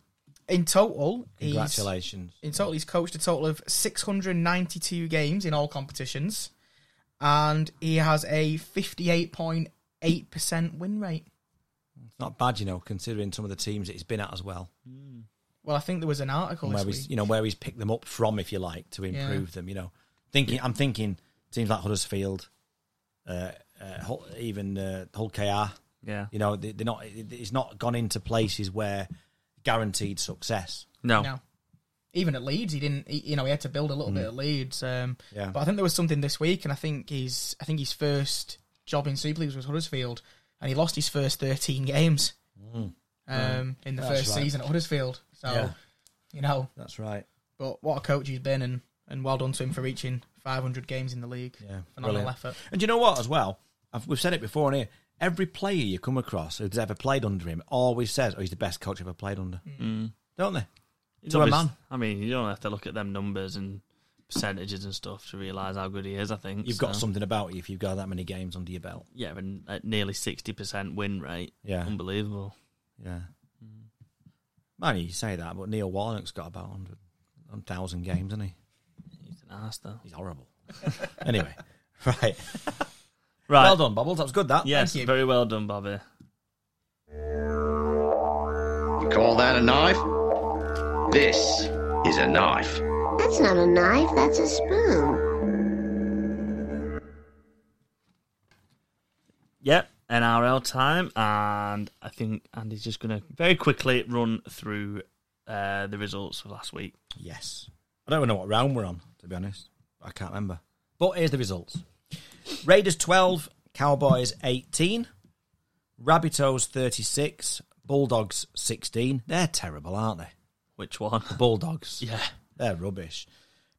In total, he's, Congratulations. in total, he's coached a total of 692 games in all competitions, and he has a 58.8% win rate. It's not bad, you know, considering some of the teams that he's been at as well. Well, I think there was an article where this he's week. you know where he's picked them up from, if you like, to improve them. You know, thinking I'm thinking teams like Huddersfield, uh, uh, Hull- even uh, Hull KR. Yeah. You know, they, they're not. it- It's not gone into places where guaranteed success. No. No. Even at Leeds, he didn't. He, you know, he had to build a little bit at Leeds. Um, Mm. Yeah. But I think there was something this week, and I think he's. I think his first job in Super League was Huddersfield, and he lost his first thirteen games Mm, um, in the That's first right. season at Huddersfield. So, Yeah. you know, That's right. but what a coach he's been, and and well done to him for reaching five hundred games in the league. Yeah, phenomenal brilliant. effort. And you know what? As well, I've, we've said it before on here. Every player you come across who's ever played under him always says, "Oh, he's the best coach I've ever played under." Mm. Hmm. Don't they? He's To a obvious- man. I mean, you don't have to look at them numbers and percentages and stuff to realise how good he is, I think. You've got so. something about you if you've got that many games under your belt. Yeah, and at nearly 60% win rate. Yeah. Unbelievable. Yeah. Man, you say that, but Neil Warnock's got about 100 1,000 games, hasn't he? He's an arse, though. He's horrible. anyway, right. Right. Well done, Bubbles. That was good, that. Yes, Thank you. very well done, Bobby. You call that a knife? This is a knife. That's not a knife, that's a spoon. Yep, NRL time, and I think Andy's just going to very quickly run through uh, the results of last week. Yes. I don't even know what round we're on, to be honest. I can't remember. But here's the results Raiders 12, Cowboys 18, Rabbitohs 36, Bulldogs 16. They're terrible, aren't they? Which one? Bulldogs. yeah, They're rubbish.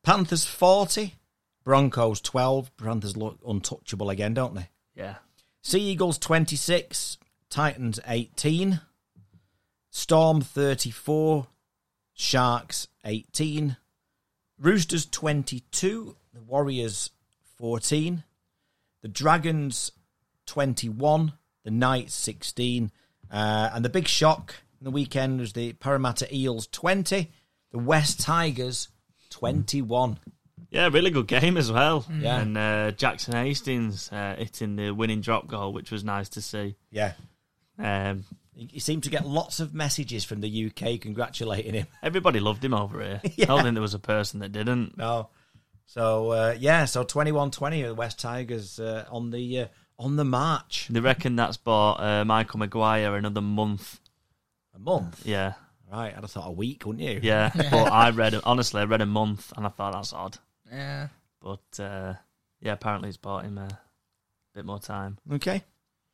Panthers 40, Broncos 12. Panthers look untouchable again, don't they? yeah, Sea Eagles 26, Titans 18, Storm 34, Sharks 18, Roosters 22, the Warriors 14, the Dragons 21, the Knights 16, uh, and the big shock in the weekend was the Parramatta Eels 20, the West Tigers 21. yeah, really good game as well. Mm. Yeah. and uh, Jackson Hastings uh, hitting the winning drop goal, which was nice to see. Yeah. Um, He seemed to get lots of messages from the UK congratulating him. everybody loved him over here. I don't think there was a person that didn't. No. So uh, yeah, so 21-20 the West Tigers uh, on the uh, on the march. They reckon that's bought uh, Michael Maguire another month. A month. Yeah, Right, I'd have thought a week, wouldn't you? yeah. but I read honestly, I read a month, and I thought that's odd. Yeah. But uh, yeah, apparently it's bought him a bit more time Okay.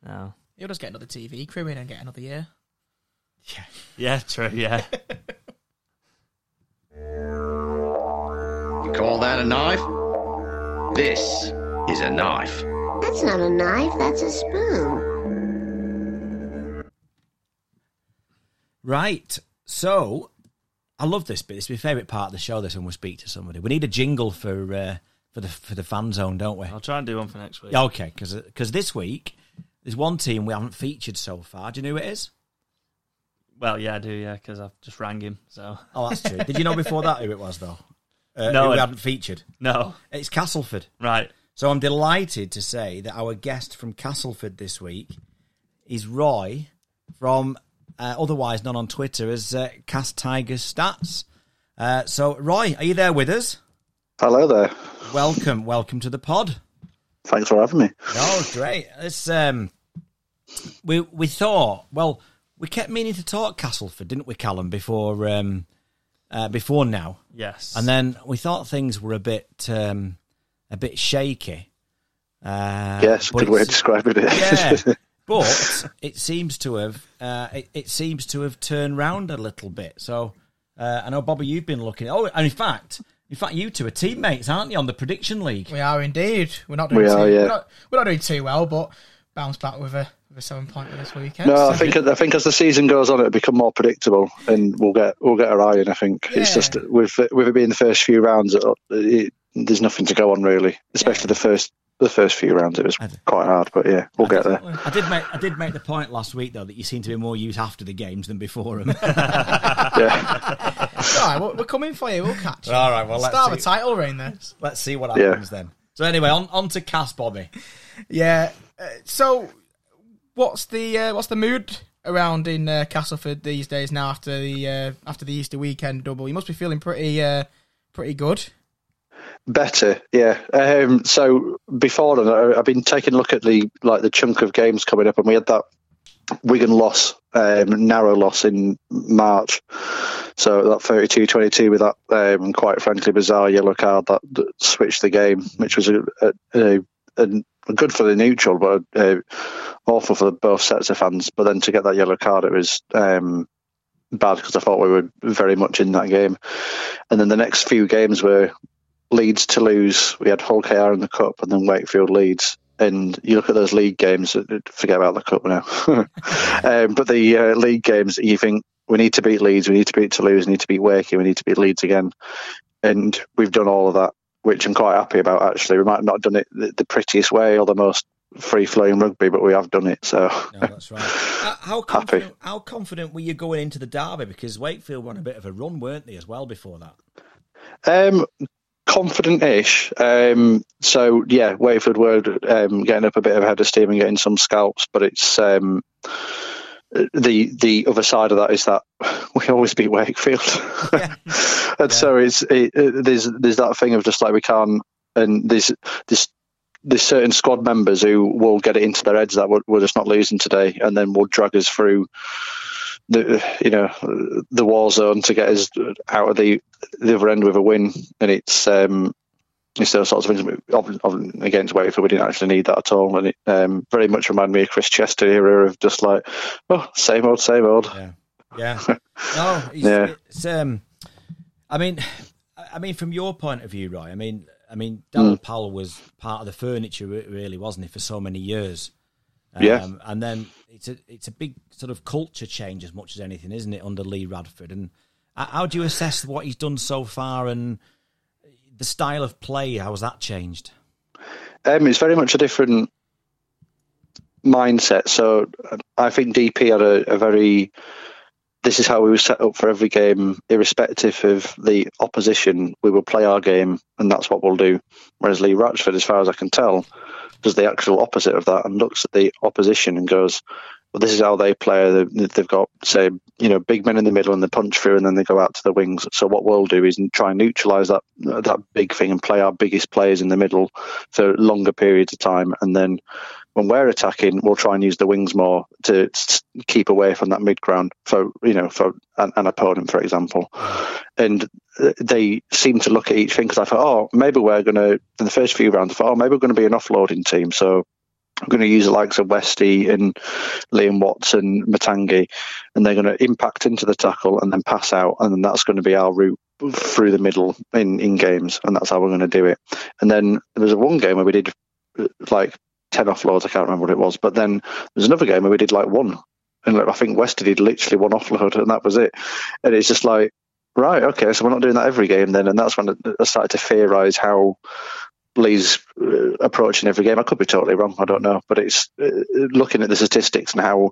now. He'll just get another TV crew in and get another year. Yeah, true. Yeah, You call that a knife? This is a knife. That's not a knife, that's a spoon. Right. So I love this bit. It's my favourite part of the show this when we speak to somebody. We need a jingle for uh, for the for the fan zone, don't we? I'll try and do one for next week. Yeah, Okay, because this week there's one team we haven't featured so far. Do you know who it is? Well, yeah, I do. Yeah, because I've just rang him. So Oh, that's true. Did you know before that who it was though? Uh, No, who we I- hadn't featured. no, It's Castleford. right. So I'm delighted to say that our guest from Castleford this week is Roy from uh, otherwise known on Twitter as uh, Cast Tigers Stats. Uh, so Roy, are you there with us? Hello there. Welcome, welcome to the pod. Thanks for having me. Oh, great! It's um, we we thought well, we kept meaning to talk Castleford, didn't we, Callum? Before um, uh, before now, Yes, and then we thought things were a bit um, a bit shaky. Uh, yes, but good way it's- of describing it. yeah. but it seems to have uh, it, it seems to have turned round a little bit. So uh, I know, Bobby, you've been looking. Oh, and in fact, in fact, you two are teammates, aren't you, on the prediction league? We are indeed. We're not doing We too, are, yeah. we're, not, we're not doing too well, but bounce back with a with a seven point this weekend. No, I So- think I think as the season goes on, it'll become more predictable, and we'll get we'll get our eye in. I think it's Yeah. just with with it being the first few rounds, it, it, there's nothing to go on really, especially the first the first few rounds. It was quite hard, but yeah, we'll get there. I did make I did make the point last week though that you seem to be more used after the games than before 'em. Yeah, It's all right, we're, we're coming for you. We'll catch you. All right, well Start the let's see, title reign there. let's see what Yeah. happens then. So anyway, on, on to Cass Bobby. Yeah. Uh, so, what's the uh, what's the mood around in uh, Castleford these days now after the uh, after the Easter weekend double? You must be feeling pretty uh, pretty good. better. Yeah. Um, so before then, I- I've been taking a look at the like the chunk of games coming up, and we had that Wigan loss, um, narrow loss in March. So that 32-22 with that, um, quite frankly, bizarre yellow card that, that switched the game, which was a, a, a, a good for the neutral, but uh awful for both sets of fans. But then to get that yellow card, it was um, bad because I thought we were very much in that game. And then the next few games were Leeds to lose. We had Hull KR in the cup, and then Wakefield Leeds. And you look at those league games. uh, Forget about the cup now. um, but the uh, league games, you think we need to beat Leeds, we need to beat Toulouse, we need to beat Wakey, we need to beat Leeds again. And we've done all of that, which I'm quite happy about. Actually, we might have not done it the, the prettiest way or the most free flowing rugby, but we have done it. So No, that's right. Uh, how confident, how confident were you going into the derby? Because Wakefield were on a bit of a run, weren't they, as well before that? Um, confident-ish. Um, so yeah, Wakefield were um, getting up a bit of head of steam and getting some scalps, but it's um, the the other side of that is that we always beat Wakefield, and so it's it, it, there's there's that thing of just like we can't, and there's there's there's certain squad members who will get it into their heads that we're, we're just not losing today, and then will drag us through the you know the war zone to get us out of the the other end with a win, and it's um, it's those sorts of things. Ob- ob- Against Wakefield, we didn't actually need that at all, and it um, very much reminded me of Chris Chester era of just like, oh, same old, same old. Yeah, yeah. No, it's, Yeah. it's um. I mean, I I mean, from your point of view, Roy. I mean, I mean, Darren Powell was part of the furniture, re- really, wasn't he, for so many years? Um, Yeah. And then it's a it's a big sort of culture change, as much as anything, isn't it, under Lee Radford? And h- how do you assess what he's done so far and the style of play? How has that changed? Um, it's very much a different mindset. So uh, I think DP had a, a very this is how we were set up for every game, irrespective of the opposition. We will play our game, and that's what we'll do. Whereas Lee Ratchford, as far as I can tell, does the actual opposite of that and looks at the opposition and goes, "Well, this is how they play. They- They've got, say, you know, big men in the middle, and they punch through, and then they go out to the wings. So what we'll do is try and neutralise that that big thing and play our biggest players in the middle for longer periods of time, and then." when we're attacking, we'll try and use the wings more to s- keep away from that mid ground for you know for an, an opponent, for example. And uh, they seem to look at each thing because I thought, oh, maybe we're going to in the first few rounds. I thought, oh, maybe we're going to be an offloading team, so I'm going to use the likes of Westy and Liam Watts and Matangi, and they're going to impact into the tackle and then pass out, and then that's going to be our route through the middle in, in games, and that's how we're going to do it. And then there was a one game where we did uh, like 10 offloads, I can't remember what it was, but then there's another game where we did like one, and like, I think Westy did literally one offload, and that was it. And it's just like, right, okay, so we're not doing that every game then, and that's when I started to theorise how. Lee's uh, approach in every game. I could be totally wrong. I don't know, but it's uh, looking at the statistics and how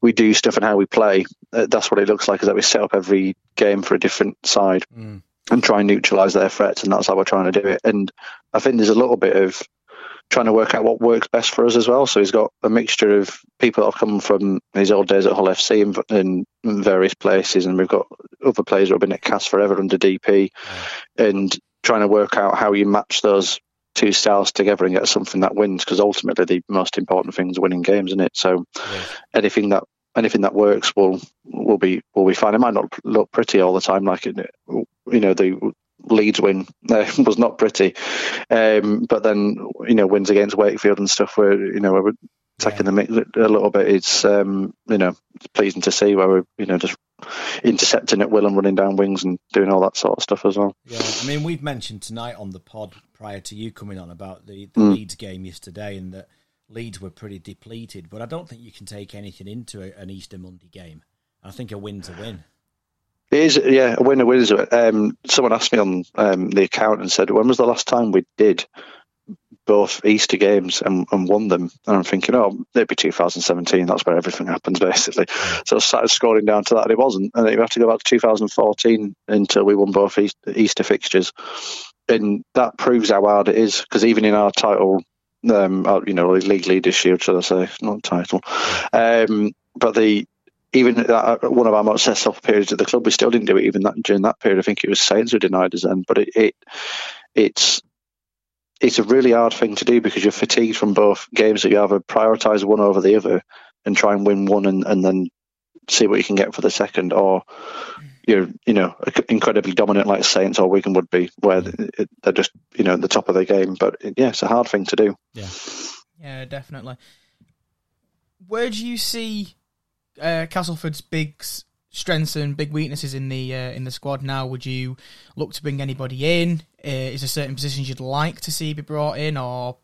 we do stuff and how we play. Uh, that's what it looks like. Is that we set up every game for a different side and try and neutralize their threats, and that's how we're trying to do it. And I think there's a little bit of trying to work out what works best for us as well. So he's got a mixture of people that have come from his old days at Hull FC and, and various places, and we've got other players who have been at Cast forever under DP, and trying to work out how you match those two styles together and get something that wins because ultimately the most important thing is winning games, isn't it? So anything that anything that works will will be will be fine. It might not look pretty all the time, like it, you know the Leeds win uh, was not pretty, um, but then you know wins against Wakefield and stuff where you know where taking the mix a little bit. It's um, you know it's pleasing to see where we're you know just intercepting at will and running down wings and doing all that sort of stuff as well. Yeah, I mean, we've mentioned tonight on the pod prior to you coming on about the, the Leeds game yesterday and that Leeds were pretty depleted, but I don't think you can take anything into a, an Easter Monday game. I think a win's a win. It is, yeah, a winner wins. Um, someone asked me on um, the account and said, "When was the last time we did both Easter games and, and won them?" And I'm thinking, "Oh, it'd be 2017. That's where everything happens, basically." So I started scrolling down to that, and it wasn't. And you have to go back to 2014 until we won both East, Easter fixtures, and that proves how hard it is. Because even in our title, um, our, you know, league leaders shield, should I say, not title, um, but the even at that, one of our most successful periods at the club, we still didn't do it. Even that during that period, I think it was Saints who denied us then. But it, it it's it's a really hard thing to do because you're fatigued from both games that you either prioritise one over the other and try and win one and, and then see what you can get for the second, or you're you know incredibly dominant like Saints or Wigan would be, where they're just you know at the top of their game. But yeah, it's a hard thing to do. Yeah, definitely. Where do you see uh, Castleford's big s- strengths and big weaknesses in the uh, in the squad now? Would you look to bring anybody in? Uh, is there certain positions you'd like to see be brought in, or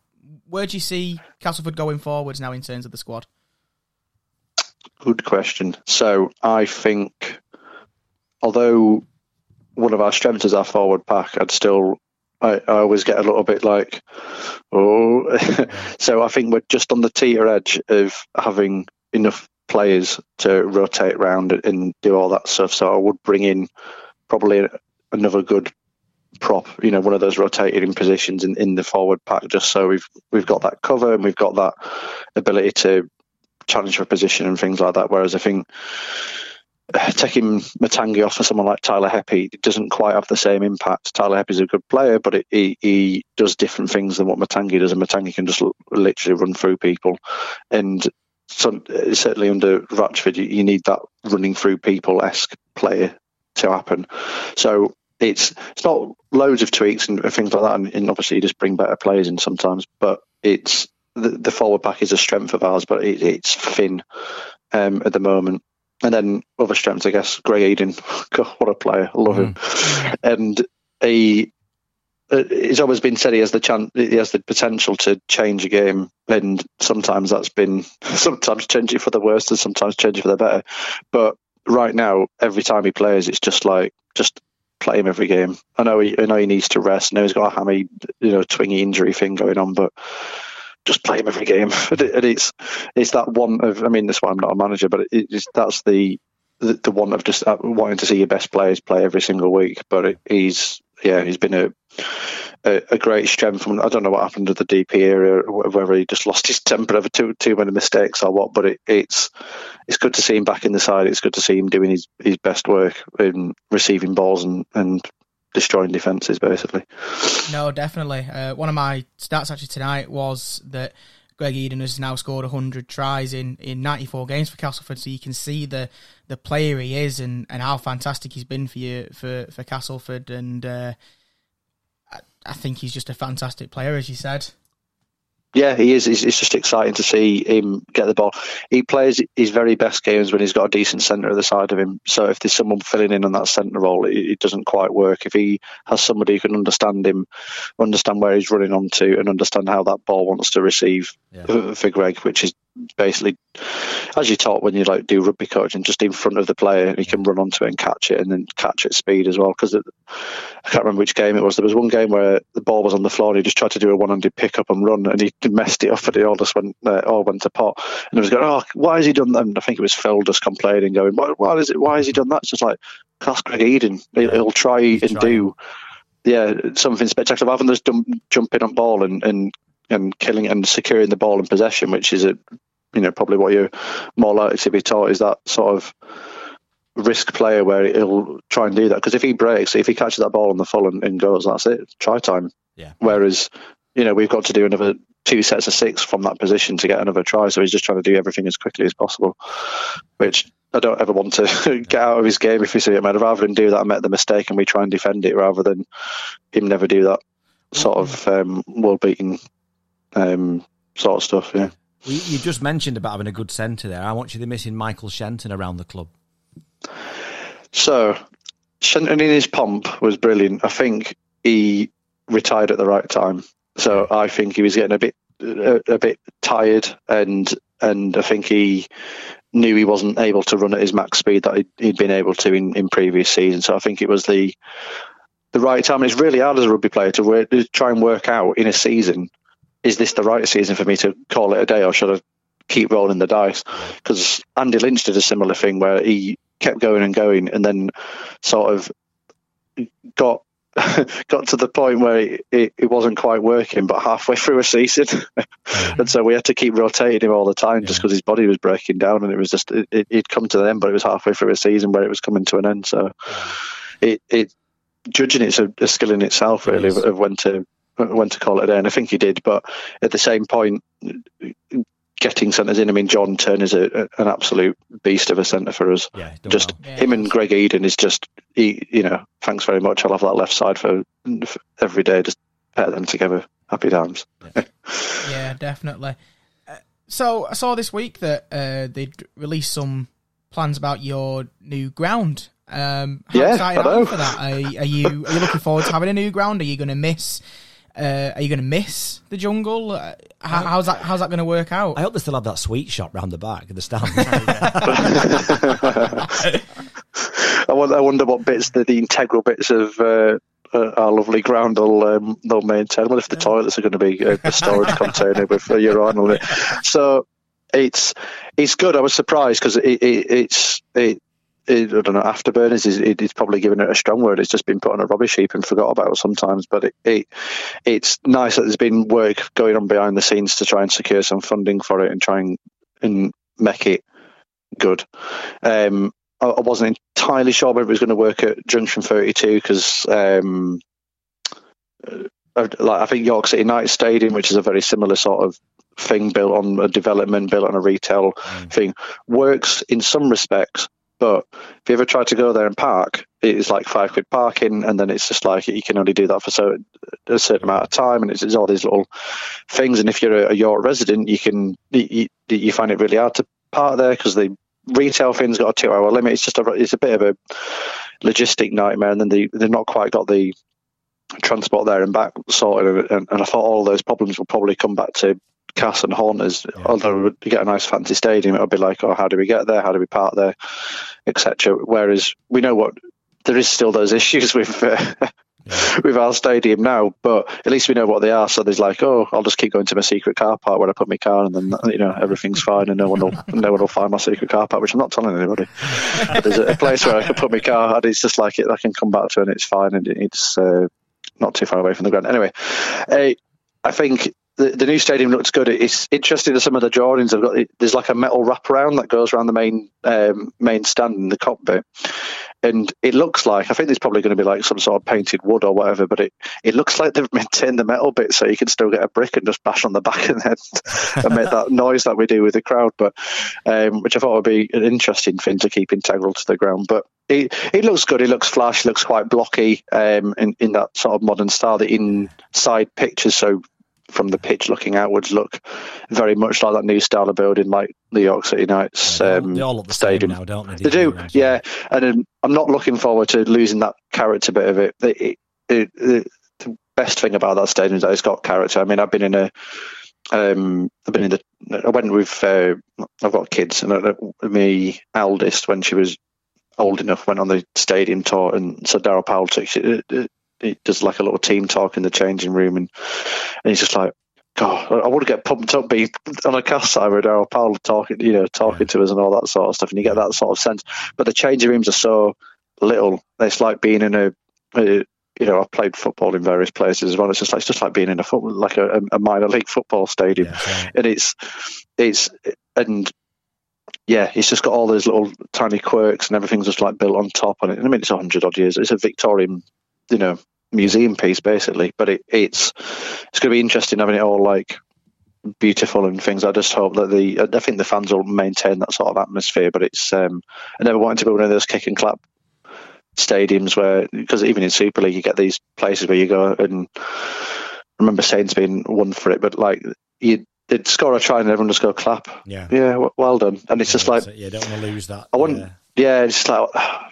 where do you see Castleford going forwards now in terms of the squad? Good question. So I think, although one of our strengths is our forward pack, I'd still, I, I always get a little bit like, oh. so I think we're just on the teeter edge of having enough players to rotate round and do all that stuff. So I would bring in probably another good prop, you know, one of those rotating positions in, in the forward pack, just so we've we've got that cover and we've got that ability to challenge for position and things like that. Whereas I think uh, taking Matangi off for someone like Tyler Heppy doesn't quite have the same impact. Tyler Heppy's a good player, but it, he, he does different things than what Matangi does, and Matangi can just l- literally run through people. And so, uh, certainly under Ratchford, you, you need that running through people esque player to happen. So it's it's not loads of tweaks and things like that, and, and obviously you just bring better players in sometimes. But it's the, the forward pack is a strength of ours, but it, it's thin um, at the moment. And then other strengths, I guess, Grey Eden, God, what a player, I love him, and he. uh, It's always been said he has the chance, he has the potential to change a game, and sometimes that's been sometimes change it for the worse, and sometimes change it for the better. But right now, every time he plays, it's just like just play him every game. I know he, I know he needs to rest. I know he's got a hammy, you know, twingy injury thing going on, but just play him every game. And, it, and it's it's that want of. I mean, that's why I'm not a manager, but it, it's that's the, the the want of just uh, wanting to see your best players play every single week. But it, he's yeah, he's been a, a a great strength. From I don't know what happened to the DP area, wh- whether he just lost his temper over too too many mistakes or what. But it, it's it's good to see him back in the side. It's good to see him doing his, his best work in receiving balls and, and destroying defences, basically. No, definitely. Uh, one of my stats actually tonight was that Greg Eden has now scored 100 tries in, in 94 games for Castleford, so you can see the, the player he is and, and how fantastic he's been for you for, for Castleford. And uh, I, I think he's just a fantastic player, as you said. Yeah, he is. It's, it's just exciting to see him get the ball. He plays his very best games when he's got a decent centre at the side of him. So if there's someone filling in on that centre role, it, it doesn't quite work. If he has somebody who can understand him, understand where he's running onto, and understand how that ball wants to receive for, for Greg, which is basically as you taught when you like do rugby coaching, just in front of the player, and he can run onto it and catch it, and then catch at speed as well. Because I can't remember which game it was. There was one game where the ball was on the floor and he just tried to do a one-handed pick up and run, and he messed it up, and it all just went uh, all went to pot. And it was going, oh, why has he done that? And I think it was Phil just complaining, going, why, why is it? Why has he done that? It's just like that's Greg Eden. He'll, he'll try and trying. do yeah something spectacular. Rather than just jump, jumping on ball and and and killing and securing the ball in possession, which is a you know probably what you're more likely to be taught is that sort of risk player where he'll try and do that because if he breaks, if he catches that ball on the full and, and goes, that's it, try time. Yeah. Whereas, you know, we've got to do another two sets of six from that position to get another try. So he's just trying to do everything as quickly as possible, which I don't ever want to get out of his game if we see him. I'd rather him do that and make the mistake and we try and defend it rather than him never do that sort of um, world beating um, sort of stuff. Yeah. We, you just mentioned about having a good centre there. How much are they missing Michael Shenton around the club? So, Shenton in his pomp was brilliant. I think he retired at the right time. So I think he was getting a bit a, a bit tired, and and I think he knew he wasn't able to run at his max speed that he'd, he'd been able to in, in previous seasons. So I think it was the the right time. And it's really hard as a rugby player to, work, to try and work out in a season is this the right season for me to call it a day or should I keep rolling the dice? Because Andy Lynch did a similar thing where he kept going and going and then sort of got got to the point where it, it, it wasn't quite working but halfway through a season and so we had to keep rotating him all the time just because his body was breaking down and it was just it, it, would come to an end but it was halfway through a season where it was coming to an end so it, it judging it's a, a skill in itself really is. of, of when to when to call it a day and I think he did but at the same point getting centres in I mean John Turner's a, a, an absolute beast of a centre for us Yeah, he's done just well. Yeah. him and Greg Eden is just he, you know thanks very much I'll have that left side for, for every day just pair them together happy times Yeah, definitely. Uh, so I saw this week that uh, they'd released some plans about your new ground. Um, how Yeah, excited I are you know. for that? Are, are you are you looking forward to having a new ground? Are you going to miss? Uh, are you going to miss the jungle? Uh, how, how's that? How's that going to work out? I hope they still have that sweet shop round the back of the stand. I wonder, I wonder what bits the, the integral bits of uh, uh, our lovely ground will um, they'll maintain I wonder if the toilets are going to be a, a storage container with uh, a urinal in it so it's it's good I was surprised because it, it, it's it it, I don't know. Afterburners is it, it's probably given it a strong word. It's just been put on a rubbish heap and forgot about sometimes. But it, it it's nice that there's been work going on behind the scenes to try and secure some funding for it and try and, and make it good. Um, I, I wasn't entirely sure whether it was going to work at Junction 32 because um, uh, like I think York City United Stadium, which is a very similar sort of thing built on a development, built on a retail thing, works in some respects. But if you ever try to go there and park, it's like five quid parking, and then it's just like you can only do that for so a certain amount of time, and it's, it's all these little things. And if you're a, a York resident, you can you, you, you find it really hard to park there because the retail thing's got a two-hour limit. It's just a, it's a bit of a logistic nightmare, and then they they've not quite got the transport there and back sorted, and, and I thought all those problems will probably come back to Cass and Horners. Although we get a nice fancy stadium, it'll be like, oh, how do we get there? How do we park there, etc. Whereas we know what there is still those issues with. Uh, With our stadium now, but at least we know what they are. So there's like, oh, I'll just keep going to my secret car park where I put my car, and then you know everything's fine, and no one will no one will find my secret car park, which I'm not telling anybody. But there's a, a place where I can put my car, and it's just like it, I can come back to, and it's fine, and it, it's uh, not too far away from the ground. Anyway, uh, I think the, the new stadium looks good. It's interesting that some of the drawings have got. It, there's like a metal wraparound that goes around the main um, main stand in the cockpit, and it looks like I think there's probably going to be like some sort of painted wood or whatever. But it, it looks like they've maintained the metal bit so you can still get a brick and just bash on the back and then and make that noise that we do with the crowd. But um, which I thought would be an interesting thing to keep integral to the ground. But it, it looks good. It looks flash. Looks quite blocky um, in in that sort of modern style. The inside pictures, so from the pitch looking outwards, look very much like that new style of building, like the York City Knights They all- um, they all look the stadium. same now, don't they? They do, yeah. And um, I'm not looking forward to losing that character bit of it. It- it- it- the- the best thing about that stadium is that it's got character. I mean, I've been in a, um, I've been in the, I went with, uh, I've got kids, and I, my eldest when she was old enough went on the stadium tour, and so Daryl Powell took she, it does like a little team talk in the changing room, and and he's just like. God, I- I want to get pumped up being on a cast side with Daryl Powell talking, you know, talking to us and all that sort of stuff, and you get that sort of sense but the changing rooms are so little. It's like being in a, a you know, I've played football in various places as well. It's just like it's just like being in a football, like a, a minor league football stadium, and it's it's and yeah, it's just got all those little tiny quirks and everything's just like built on top. And it. I mean, it's a hundred odd years. It's a Victorian, you know, museum piece basically. But it, it's it's going to be interesting having it all like beautiful and things. I just hope that the I think the fans will maintain that sort of atmosphere. But it's um, I never wanted to be one of those kick and clap stadiums where because even in Super League you get these places where you go and I remember Saints being one for it, but like you they'd score a try and everyone just go clap. Yeah. Yeah, w- well done. And it's just like, So, yeah, don't want to lose that. I wouldn't. uh, Yeah, it's just like the-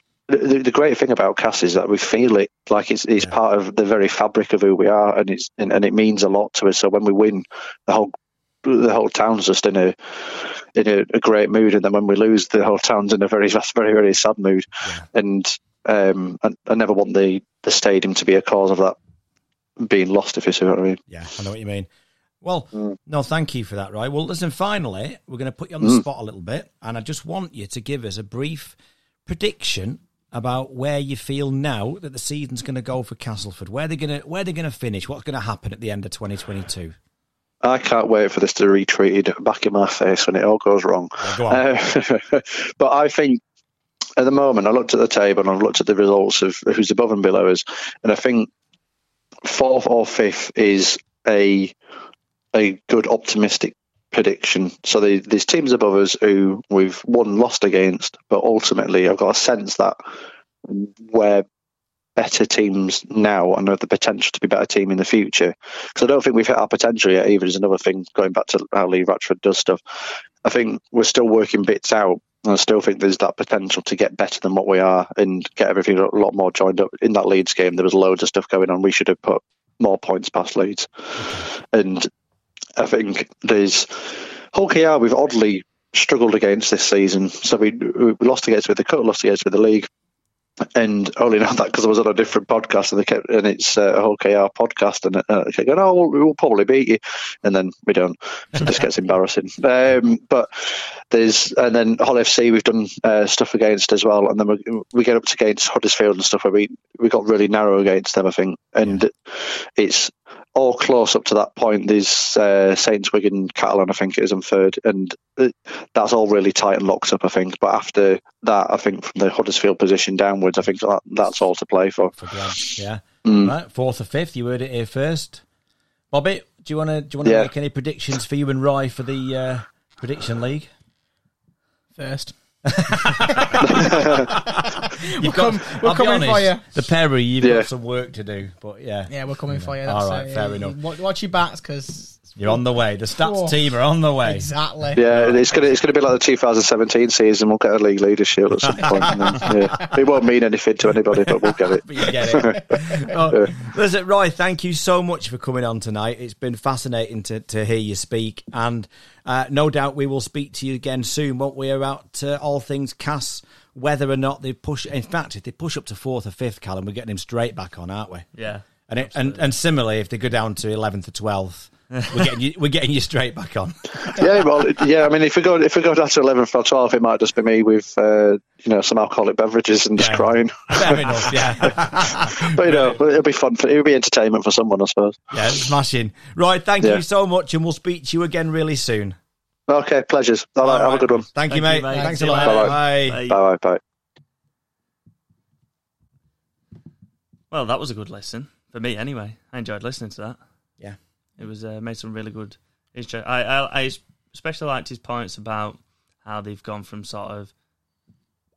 the, the great thing about Cass is that we feel it. Like it's it's Yeah. part of the very fabric of who we are, and it's and, and it means a lot to us. So when we win, the whole the whole town's just in a in a, a great mood, and then when we lose, the whole town's in a very very very sad mood. And um, I, I never want the the stadium to be a cause of that being lost. If you see what I mean. Yeah, I know what you mean. Well, Hmm. no, thank you for that, Roy. Well, listen, finally, we're going to put you on Hmm. the spot a little bit, and I just want you to give us a brief prediction about where you feel now that the season's going to go for Castleford. Where they're going to where they're going to finish. What's going to happen at the end of 2022? I can't wait for this to retreated back in my face when it all goes wrong. go on. Uh, but I think at the moment, I looked at the table and I've looked at the results of who's above and below us, and I think fourth or fifth is a a good optimistic prediction. So the, there's teams above us who we've won, lost against, but ultimately I've got a sense that we're better teams now and have the potential to be better team in the future. Because I don't think we've hit our potential yet. Even is another thing going back to how Lee Ratchford does stuff. I think we're still working bits out. And I still think there's that potential to get better than what we are and get everything a lot more joined up. In that Leeds game, there was loads of stuff going on. We should have put more points past Leeds. And I think there's Hulk AR, we've oddly struggled against this season. So we, we lost against with the cut, lost against with the league. And I only know that because I was on a different podcast and they kept, and it's uh, a whole KR podcast and uh, they kept going, oh, we'll, we'll probably beat you. And then we don't. So this gets embarrassing. Um, but there's, and then Hull FC, we've done uh, stuff against as well. And then we, we get up to against Huddersfield and stuff where we, we got really narrow against them, I think. And it's all close up to that point. There's uh, Saints, Wigan, Catalan, I think it is, and third, and uh, that's all really tight and locked up, I think. But after that, I think from the Huddersfield position downwards, I think that, that's all to play for. For grabs, yeah, Hmm. right, fourth or fifth. You heard it here first, Bobby. Do you want to do you want to Yeah. make any predictions for you and Roy for the uh, prediction league? First. You've come- we're I'll be coming for honest, The pair of you, you've Yeah. got some work to do, but yeah, Yeah, we're coming for you. All That's right, it. fair Yeah, enough. Watch, watch your backs because You're on the way. The stats Oh. team are on the way. exactly. Yeah, it's gonna it's gonna be like the 2017 season. We'll get a league leadership at some point. and then, yeah. It won't mean anything to anybody, but we'll get it. But you get it. Oh, listen, Roy, thank you so much for coming on tonight. It's been fascinating to, to hear you speak, and uh, no doubt we will speak to you again soon, won't we? About uh, all things Cass, whether or not they push. In fact, if they push up to fourth or fifth, Callum, we're getting him straight back on, aren't we? Yeah. And, it, and and similarly, if they go down to eleventh or twelfth, we're getting you, we're getting you straight back on. yeah, well, yeah. I mean, if we go if we go down to 11 for 12, it might just be me with uh, you know some alcoholic beverages and just Yeah. crying. Fair enough, yeah, But you know, it'll be fun. For, it'll be entertainment for someone, I suppose. yeah, smashing. Roy, thank Yeah. you so much, and we'll speak to you again really soon. Okay, pleasures. All right, have a good one. Thank, you, mate. Thank you, mate. Thanks See a you lot. later. Bye. Bye. Bye bye. bye. Well, that was a good listen for me, anyway. I enjoyed listening to that. Yeah. it was uh, made some really good. intro- I, I I especially liked his points about how they've gone from sort of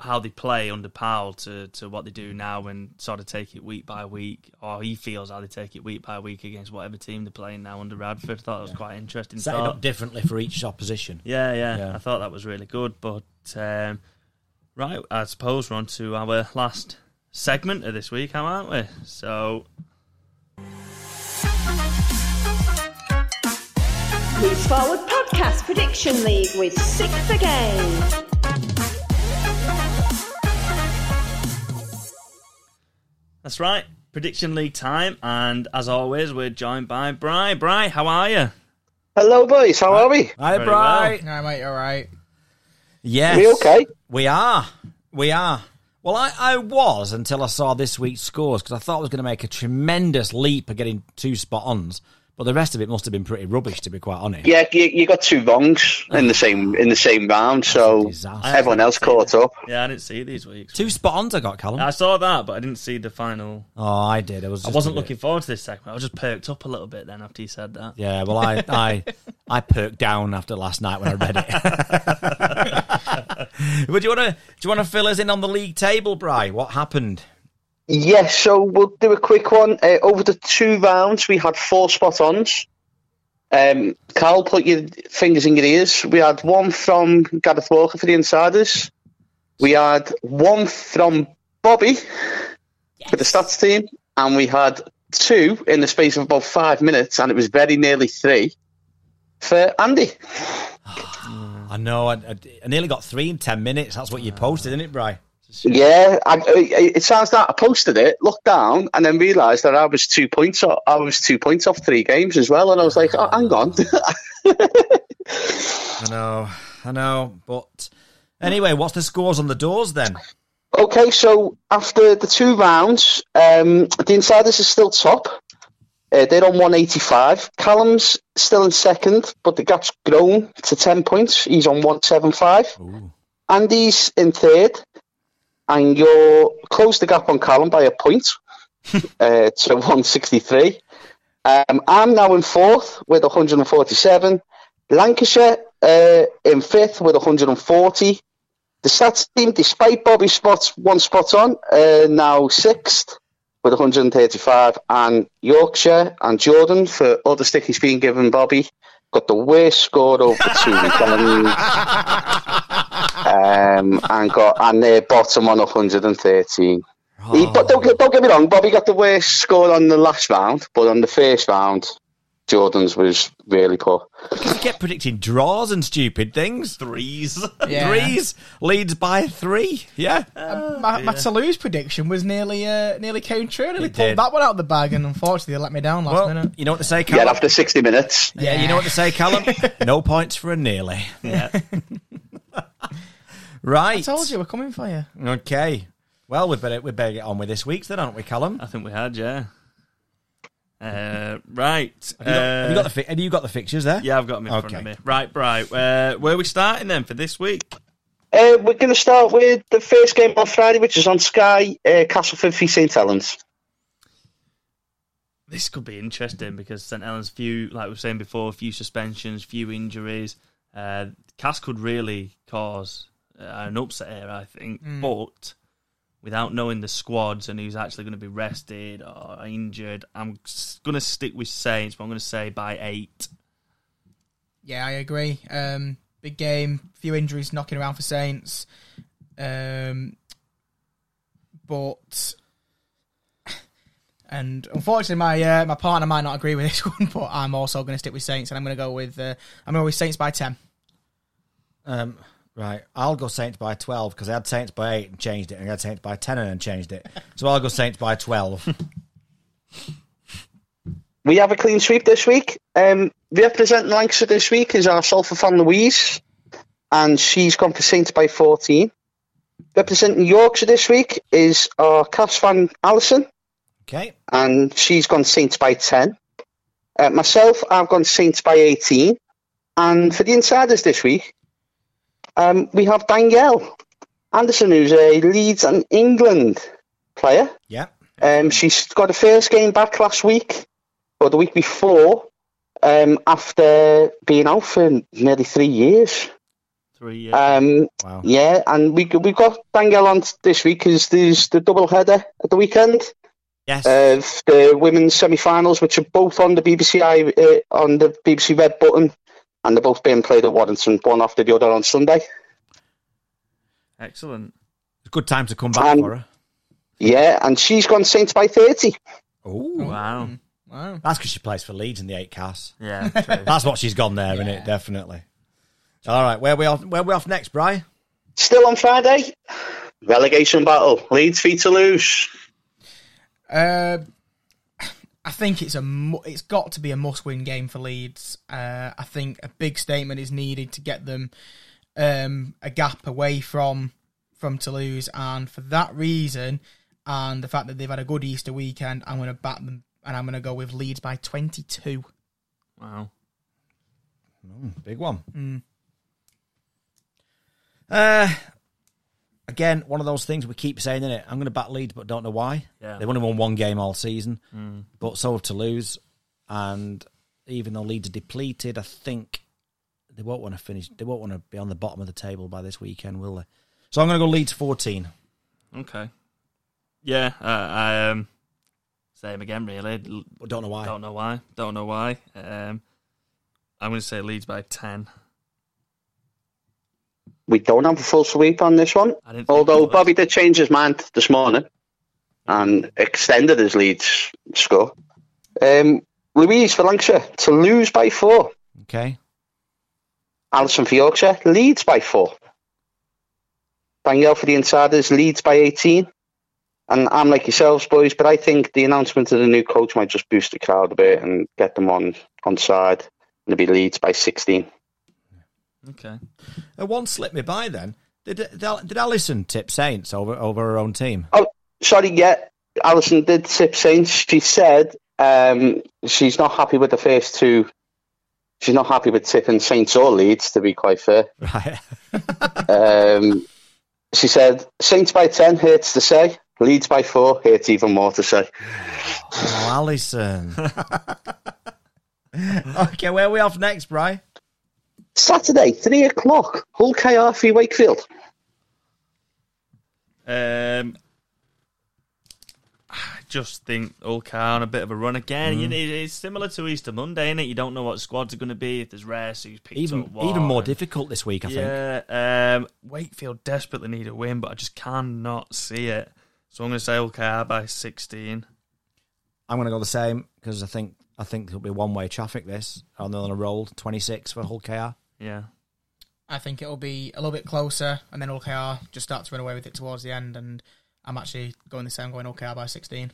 how they play under Powell to, to what they do now and sort of take it week by week, or he feels how they take it week by week against whatever team they're playing now under Radford. I thought it was quite interesting. Set it thought. up differently for each opposition. Yeah, yeah, Yeah. I thought that was really good. But um, right, I suppose we're on to our last segment of this week, aren't we? So Leap Forward Podcast Prediction League with Sixth Again. that's right, prediction league time, and as always, we're joined by Bry. Bry, how are you? Hello, boys. How are we? Hi, Very Bri. All right, mate, all right. Yes. We okay? We are. We are. Well, I, I was until I saw this week's scores because I thought I was going to make a tremendous leap of getting two spot ons, but the rest of it must have been pretty rubbish, to be quite honest. Yeah, you, you got two wrongs in the same in the same round, so disaster. everyone else caught up. Yeah, I didn't see these weeks. Two spot ons I got, Callum. I saw that, but I didn't see the final. oh, I did. I was. Uh, I just wasn't a bit- looking forward to this segment. I was just perked up a little bit then after you said that. Yeah. Well, I, I, I perked down after last night when I read it. but do you want to do you want to fill us in on the league table, Bri? What happened? Yeah, so we'll do a quick one. Uh, over the two rounds, we had four spot ons. Um, Carl, put your fingers in your ears. We had one from Gareth Walker for the Insiders. We had one from Bobby for the stats team, and we had two in the space of about five minutes, and it was very nearly three for Andy. I know. I, I, I nearly got three in ten minutes. That's what you posted, isn't it, Bry? Yeah, I, I- it sounds like I posted it, looked down, and then realised that I was two points off. I was two points off three games as well, and I was like, oh, "Hang on, I know. I know. But anyway, what's the scores on the doors then? Okay, so after the two rounds, um, the Insiders are still top. Uh, they're on 185. Callum's still in second, but the gap's grown to 10 points. He's on 175. Andy's in third, and you're close the gap on Callum by a point uh, to 163. Um, I'm now in fourth with 147. Lancashire uh, in fifth with 140. The stats team, despite Bobby's spots one spot on, uh, now sixth with 135, and Yorkshire and Jordan for all the stick he's been given Bobby got the worst score over two weekends, um, and got and they're bottom on 113. He, but don't, get- don't get me wrong, Bobby got the worst score on the last round, but on the first round, Jordan's was really poor. You kept predicting draws and stupid things. Threes. Yeah. Threes. Leads by three. Yeah. My, my Toulouse prediction was nearly uh, nearly came true. I nearly It pulled did. that one out of the bag, and unfortunately, they let me down last well, minute. you know what to say, Yeah, Callum? after 60 minutes. Yeah, you know what to say, Callum? no points for a nearly. Yeah. Right. I told you we're coming for you. Okay. Well, we better we better get on with this week's then, aren't we, Callum? I think we had, yeah. Uh, right. Have you got, have you got uh, the fi- have you got the fixtures there? yeah, I've got them in front Okay. of me. Right, right. Uh, where are we starting then for this week? Uh, we're going to start with the first game on Friday, which is on Sky, uh, Castleford v St Helens. This could be interesting because St Helens, few like we were saying before, few suspensions, few injuries. Uh, Cass could really cause uh, an upset here, I think. But without knowing the squads and who's actually going to be rested or injured, I'm going to stick with Saints, but I'm going to say by eight. Yeah, I agree. Um, big game, few injuries knocking around for Saints, um, but and unfortunately, my uh, my partner might not agree with this one, but I'm also going to stick with Saints, and I'm going to go with uh, I'm going to go with Saints by ten. Um, right. I'll go Saints by 12 because I had Saints by 8 and changed it, and I had Saints by 10 and then changed it. So I'll go Saints by 12. We have a clean sweep this week. Um, representing Lancashire this week is our Sulphur fan Louise, and she's gone for Saints by 14. Representing Yorkshire this week is our Cass fan Alison, okay. and she's gone Saints by 10. Uh, myself, I've gone Saints by 18. And for the insiders this week, um, we have Danielle Anderson, who's a Leeds and England player. Yeah. Um, she's got her first game back last week, or the week before, um, after being out for nearly three years. Three years. Um, Wow. yeah, and we we've got Danielle on this week because there's the double header at the weekend Yes. of the women's semi-finals, which are both on the BBC I- uh, on the BBC Red button, and they're both being played at Warrington, one after the other on Sunday. Excellent. Good time to come back um, for her. Yeah, and she's gone Saints by thirty. Oh. Wow. Wow. That's because she plays for Leeds in the 8 cast. Yeah. true. That's what she's gone there, isn't it? Definitely. All right. Where we off, where we off next, Bry? Still on Friday, relegation battle, Leeds v Toulouse. Uh, I think it's a mu- it's got to be a must win game for Leeds. Uh, I think a big statement is needed to get them um, a gap away from from Toulouse, and for that reason, and the fact that they've had a good Easter weekend, I'm going to bat them, and I'm going to go with Leeds by 22. wow. Mm, Big one. Uh, again, one of those things we keep saying, is it? I'm going to back Leeds, but don't know why. Yeah. Mm. They've only won one game all season, but so have Toulouse. And even though Leeds are depleted, I think they won't want to finish. They won't want to be on the bottom of the table by this weekend, will they? So I'm going to go Leeds 14. Okay. Yeah. Uh, I um, same again. Really. L- But don't know why. Don't know why. Don't know why. Um, I'm going to say Leeds by 10. We don't have a full sweep on this one. I didn't think Although it was. Bobby did change his mind this morning and extended his Leeds score. Um, Louise for Lancashire to lose by four. Okay. Alison for Yorkshire leads by four. Danielle for the Insiders leads by 18. And I'm like yourselves, boys, but I think the announcement of the new coach might just boost the crowd a bit and get them on, on side. And it'll be Leeds by 16. Okay. Uh, one slipped me by then. Did, did, Al- did Allison tip Saints over, over her own team? Oh, sorry, yeah. Alison did tip Saints. She said um, she's not happy with the first two. She's not happy with tipping Saints or Leeds, to be quite fair. Right. Um, she said Saints by 10 hurts to say, Leeds by 4 hurts even more to say. oh, Allison. okay, where are we off next, Bry? Saturday, 3 o'clock, Hull KR v Wakefield. Um, I just think Ulka on a bit of a run again. Mm-hmm. You know, it's similar to Easter Monday, is it? You don't know what squads are going to be, if there's rest, who's picked up Even what. even more and- difficult this week, I think. Yeah, um, Wakefield desperately need a win, but I just cannot see it. So I'm going to say Ulkar by 16. I'm going to go the same because I think I think it'll be one way traffic this. And then on a roll, 26 for Hull KR. Yeah. I think it'll be a little bit closer, and then OKR just start to run away with it towards the end. And I'm actually going the same, going OKR by 16.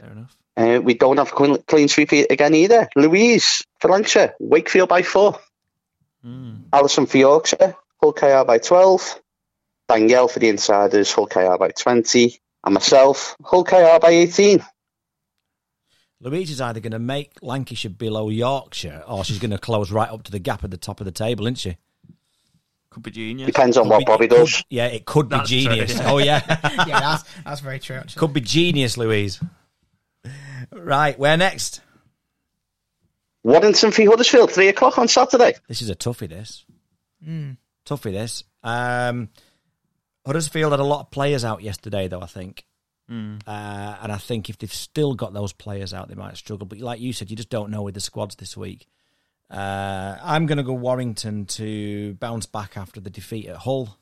Fair enough. Uh, we don't have a clean, clean sweep e- again either. Louise for Lancashire, Wakefield by 4. Hmm. Alison for Yorkshire, Hull KR by 12. Danielle for the Insiders, Hull KR by 20. And myself, Hull KR by 18. Luigi's either going to make Lancashire below Yorkshire or she's going to close right up to the gap at the top of the table, isn't she? Could be genius. Depends on Could what be- Bobby could- does. yeah, it could be That's true, genius. yeah. Oh, yeah. Yeah, that's, that's very true, actually. could be genius, Louise. Right, where next? Waddington for Huddersfield, 3 o'clock on Saturday. This is a toughie, this. Hmm. Toughie, this. Um, Huddersfield had a lot of players out yesterday, though, I think. Uh, and I think if they've still got those players out, they might struggle. But like you said, you just don't know with the squads this week. Uh, I'm going to go Warrington to bounce back after the defeat at Hull.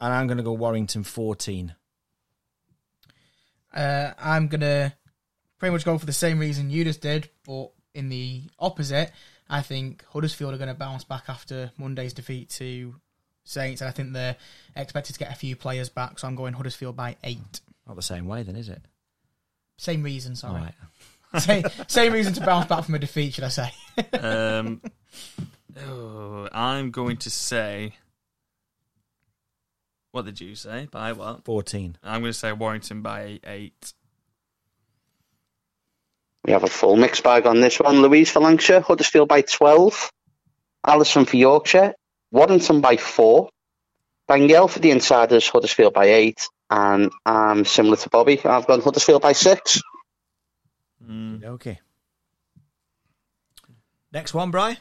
And I'm going to go Warrington 14. Uh, I'm gonna pretty much go for the same reason you just did, but in the opposite. I think Huddersfield are going to bounce back after Monday's defeat to Saints, and I think they're expected to get a few players back. So I'm going Huddersfield by eight. Not the same way, then, is it? Same reason, sorry. All right. same, same reason to bounce back from a defeat, should I say? Um, oh, I'm going to say. What did you say? By what? 14. I'm going to say Warrington by eight. We have a full mix bag on this one. Louise for Lancashire, Huddersfield by 12. Allison for Yorkshire, Waddington by 4. Danielle for the Insiders, Huddersfield by 8. And um, similar to Bobby, I've gone Huddersfield by 6. Okay. Next one, Bry.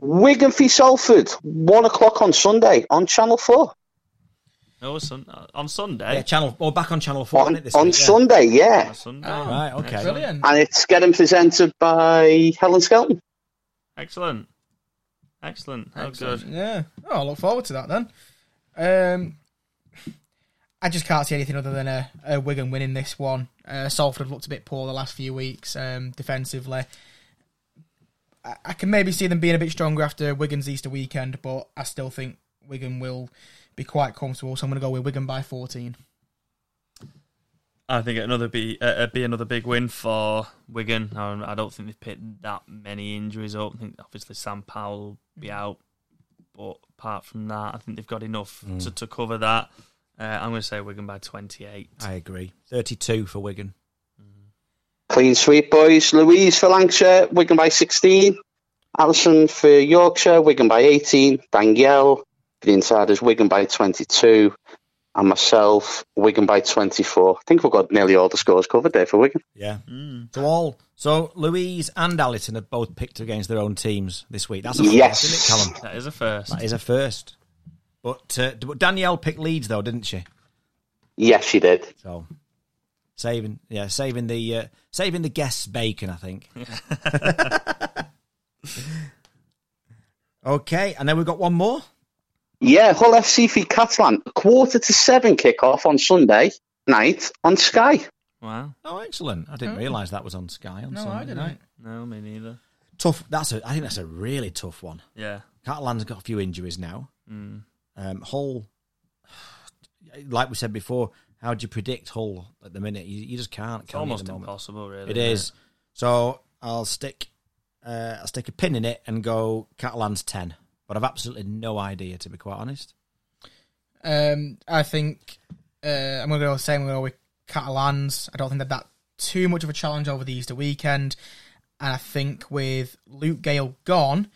Wigan for Salford, 1 o'clock on Sunday on Channel 4. No, sun- uh, on Sunday. Yeah, channel or back on channel four On, isn't it, this on week? Yeah. Sunday, yeah. On Sunday. Oh, Right, okay. Brilliant. And it's getting presented by Helen Skelton. Excellent. Excellent. How good. Yeah. Oh, I look forward to that then. Um, I just can't see anything other than a, a Wigan winning this one. Uh, Salford have looked a bit poor the last few weeks um, defensively. I, I can maybe see them being a bit stronger after Wigan's Easter weekend, but I still think Wigan will be quite comfortable. So I'm going to go with Wigan by 14. I think another be uh, uh, be another big win for Wigan. Um, I don't think they've picked that many injuries up. I think obviously Sam Powell will be Mm. out, but apart from that, I think they've got enough Mm. to, to cover that. Uh, I'm going to say Wigan by 28. I agree. Thirty-two for Wigan. Clean sweep, boys. Louise for Lancashire, Wigan by 16. Alison for Yorkshire, Wigan by 18. Danielle for the Insiders, Wigan by 22. And myself, Wigan by 24. I think we've got nearly all the scores covered there for Wigan. Yeah. Mm. So all so Louise and Allison have both picked against their own teams this week. That's a first, Yes. isn't it, Callum? That is a first. That is a first. But uh, d- but Danielle picked Leeds though, didn't she? Yes, she did. So saving yeah saving the uh, saving the guests bacon i think okay and then we've got one more Yeah, Hull FC v Catalan, quarter to seven kickoff on Sunday night on Sky. Wow. oh excellent i didn't realize that was on sky on No, Sunday I didn't. night. No, me neither. tough that's a i think that's a really tough one Yeah. catalan's got a few injuries now Mm. um hull like we said before how do you predict hull at the minute you, you just can't It's can you, at almost the moment? impossible, really. It isn't is. So I'll stick uh, I'll stick a pin in it and go Catalan's ten. But I've absolutely no idea to be quite honest. Um, I think uh, I'm going to go the same way with Catalans. I don't think that that too much of a challenge over the Easter weekend, and I think with Luke Gale gone,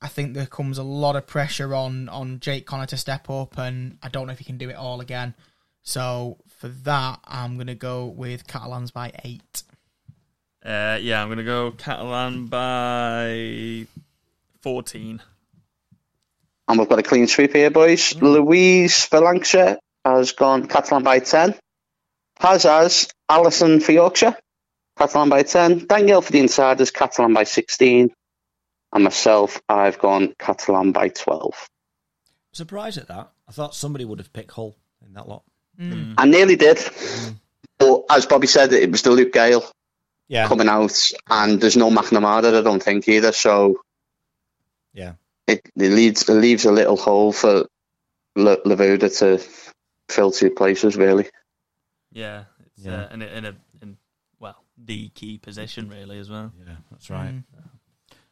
I think there comes a lot of pressure on on Jake Connor to step up, and I don't know if he can do it all again. So for that, I'm going to go with Catalans by eight. Uh, yeah, I'm going to go Catalan by 14. And we've got a clean sweep here, boys. Mm. Louise for Lancashire has gone Catalan by 10. Has has Allison for Yorkshire, Catalan by 10. Danielle for the Insiders, Catalan by 16. And myself, I've gone Catalan by 12. Surprised at that. I thought somebody would have picked Hull in that lot. I nearly did. But as Bobby said, it was the Luke Gale Yeah. coming out, and there's no McNamara, I don't think, either. So Yeah. it, it leaves it leaves a little hole for Le, Levuda to fill two places really. Yeah. It's, Yeah. Uh, in, a, in a, in, well, the key position, really, as well. Yeah, that's right.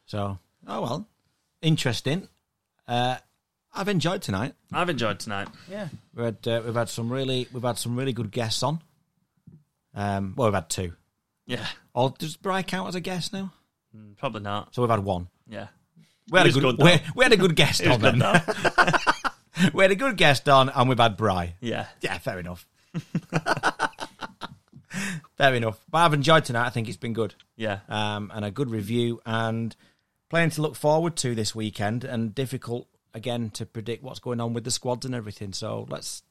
So oh well. Interesting. Uh, I've enjoyed tonight. I've enjoyed tonight. Yeah, We've had uh, we've had some really we've had some really good guests on. Um, well, we've had two. Yeah. Oh, does Bry count as a guest now? Mm, Probably not. So we've had one. Yeah. We had, It was a good, good, though. we, we had a good guest It was on good, then. though. We had a good guest on, and we've had Bry. yeah. Yeah, fair enough. fair enough. But I've enjoyed tonight. I think it's been good, Yeah. um, and a good review, and plenty to look forward to this weekend. And difficult again to predict what's going on with the squads and everything. So let's.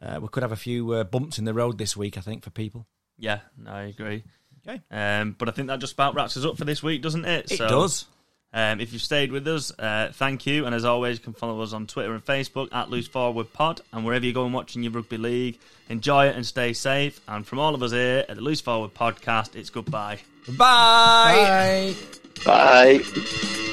Uh, we could have a few uh, bumps in the road this week, I think, for people. Yeah. No, I agree. Okay. Um, but I think that just about wraps us up for this week, doesn't it? It So- does. Um, if you've stayed with us, uh, thank you. And as always, you can follow us on Twitter and Facebook at Loose Forward Pod. And wherever you're going watching your rugby league, enjoy it and stay safe. And from all of us here at the Loose Forward Podcast, it's goodbye. Bye. Bye. Bye. Bye.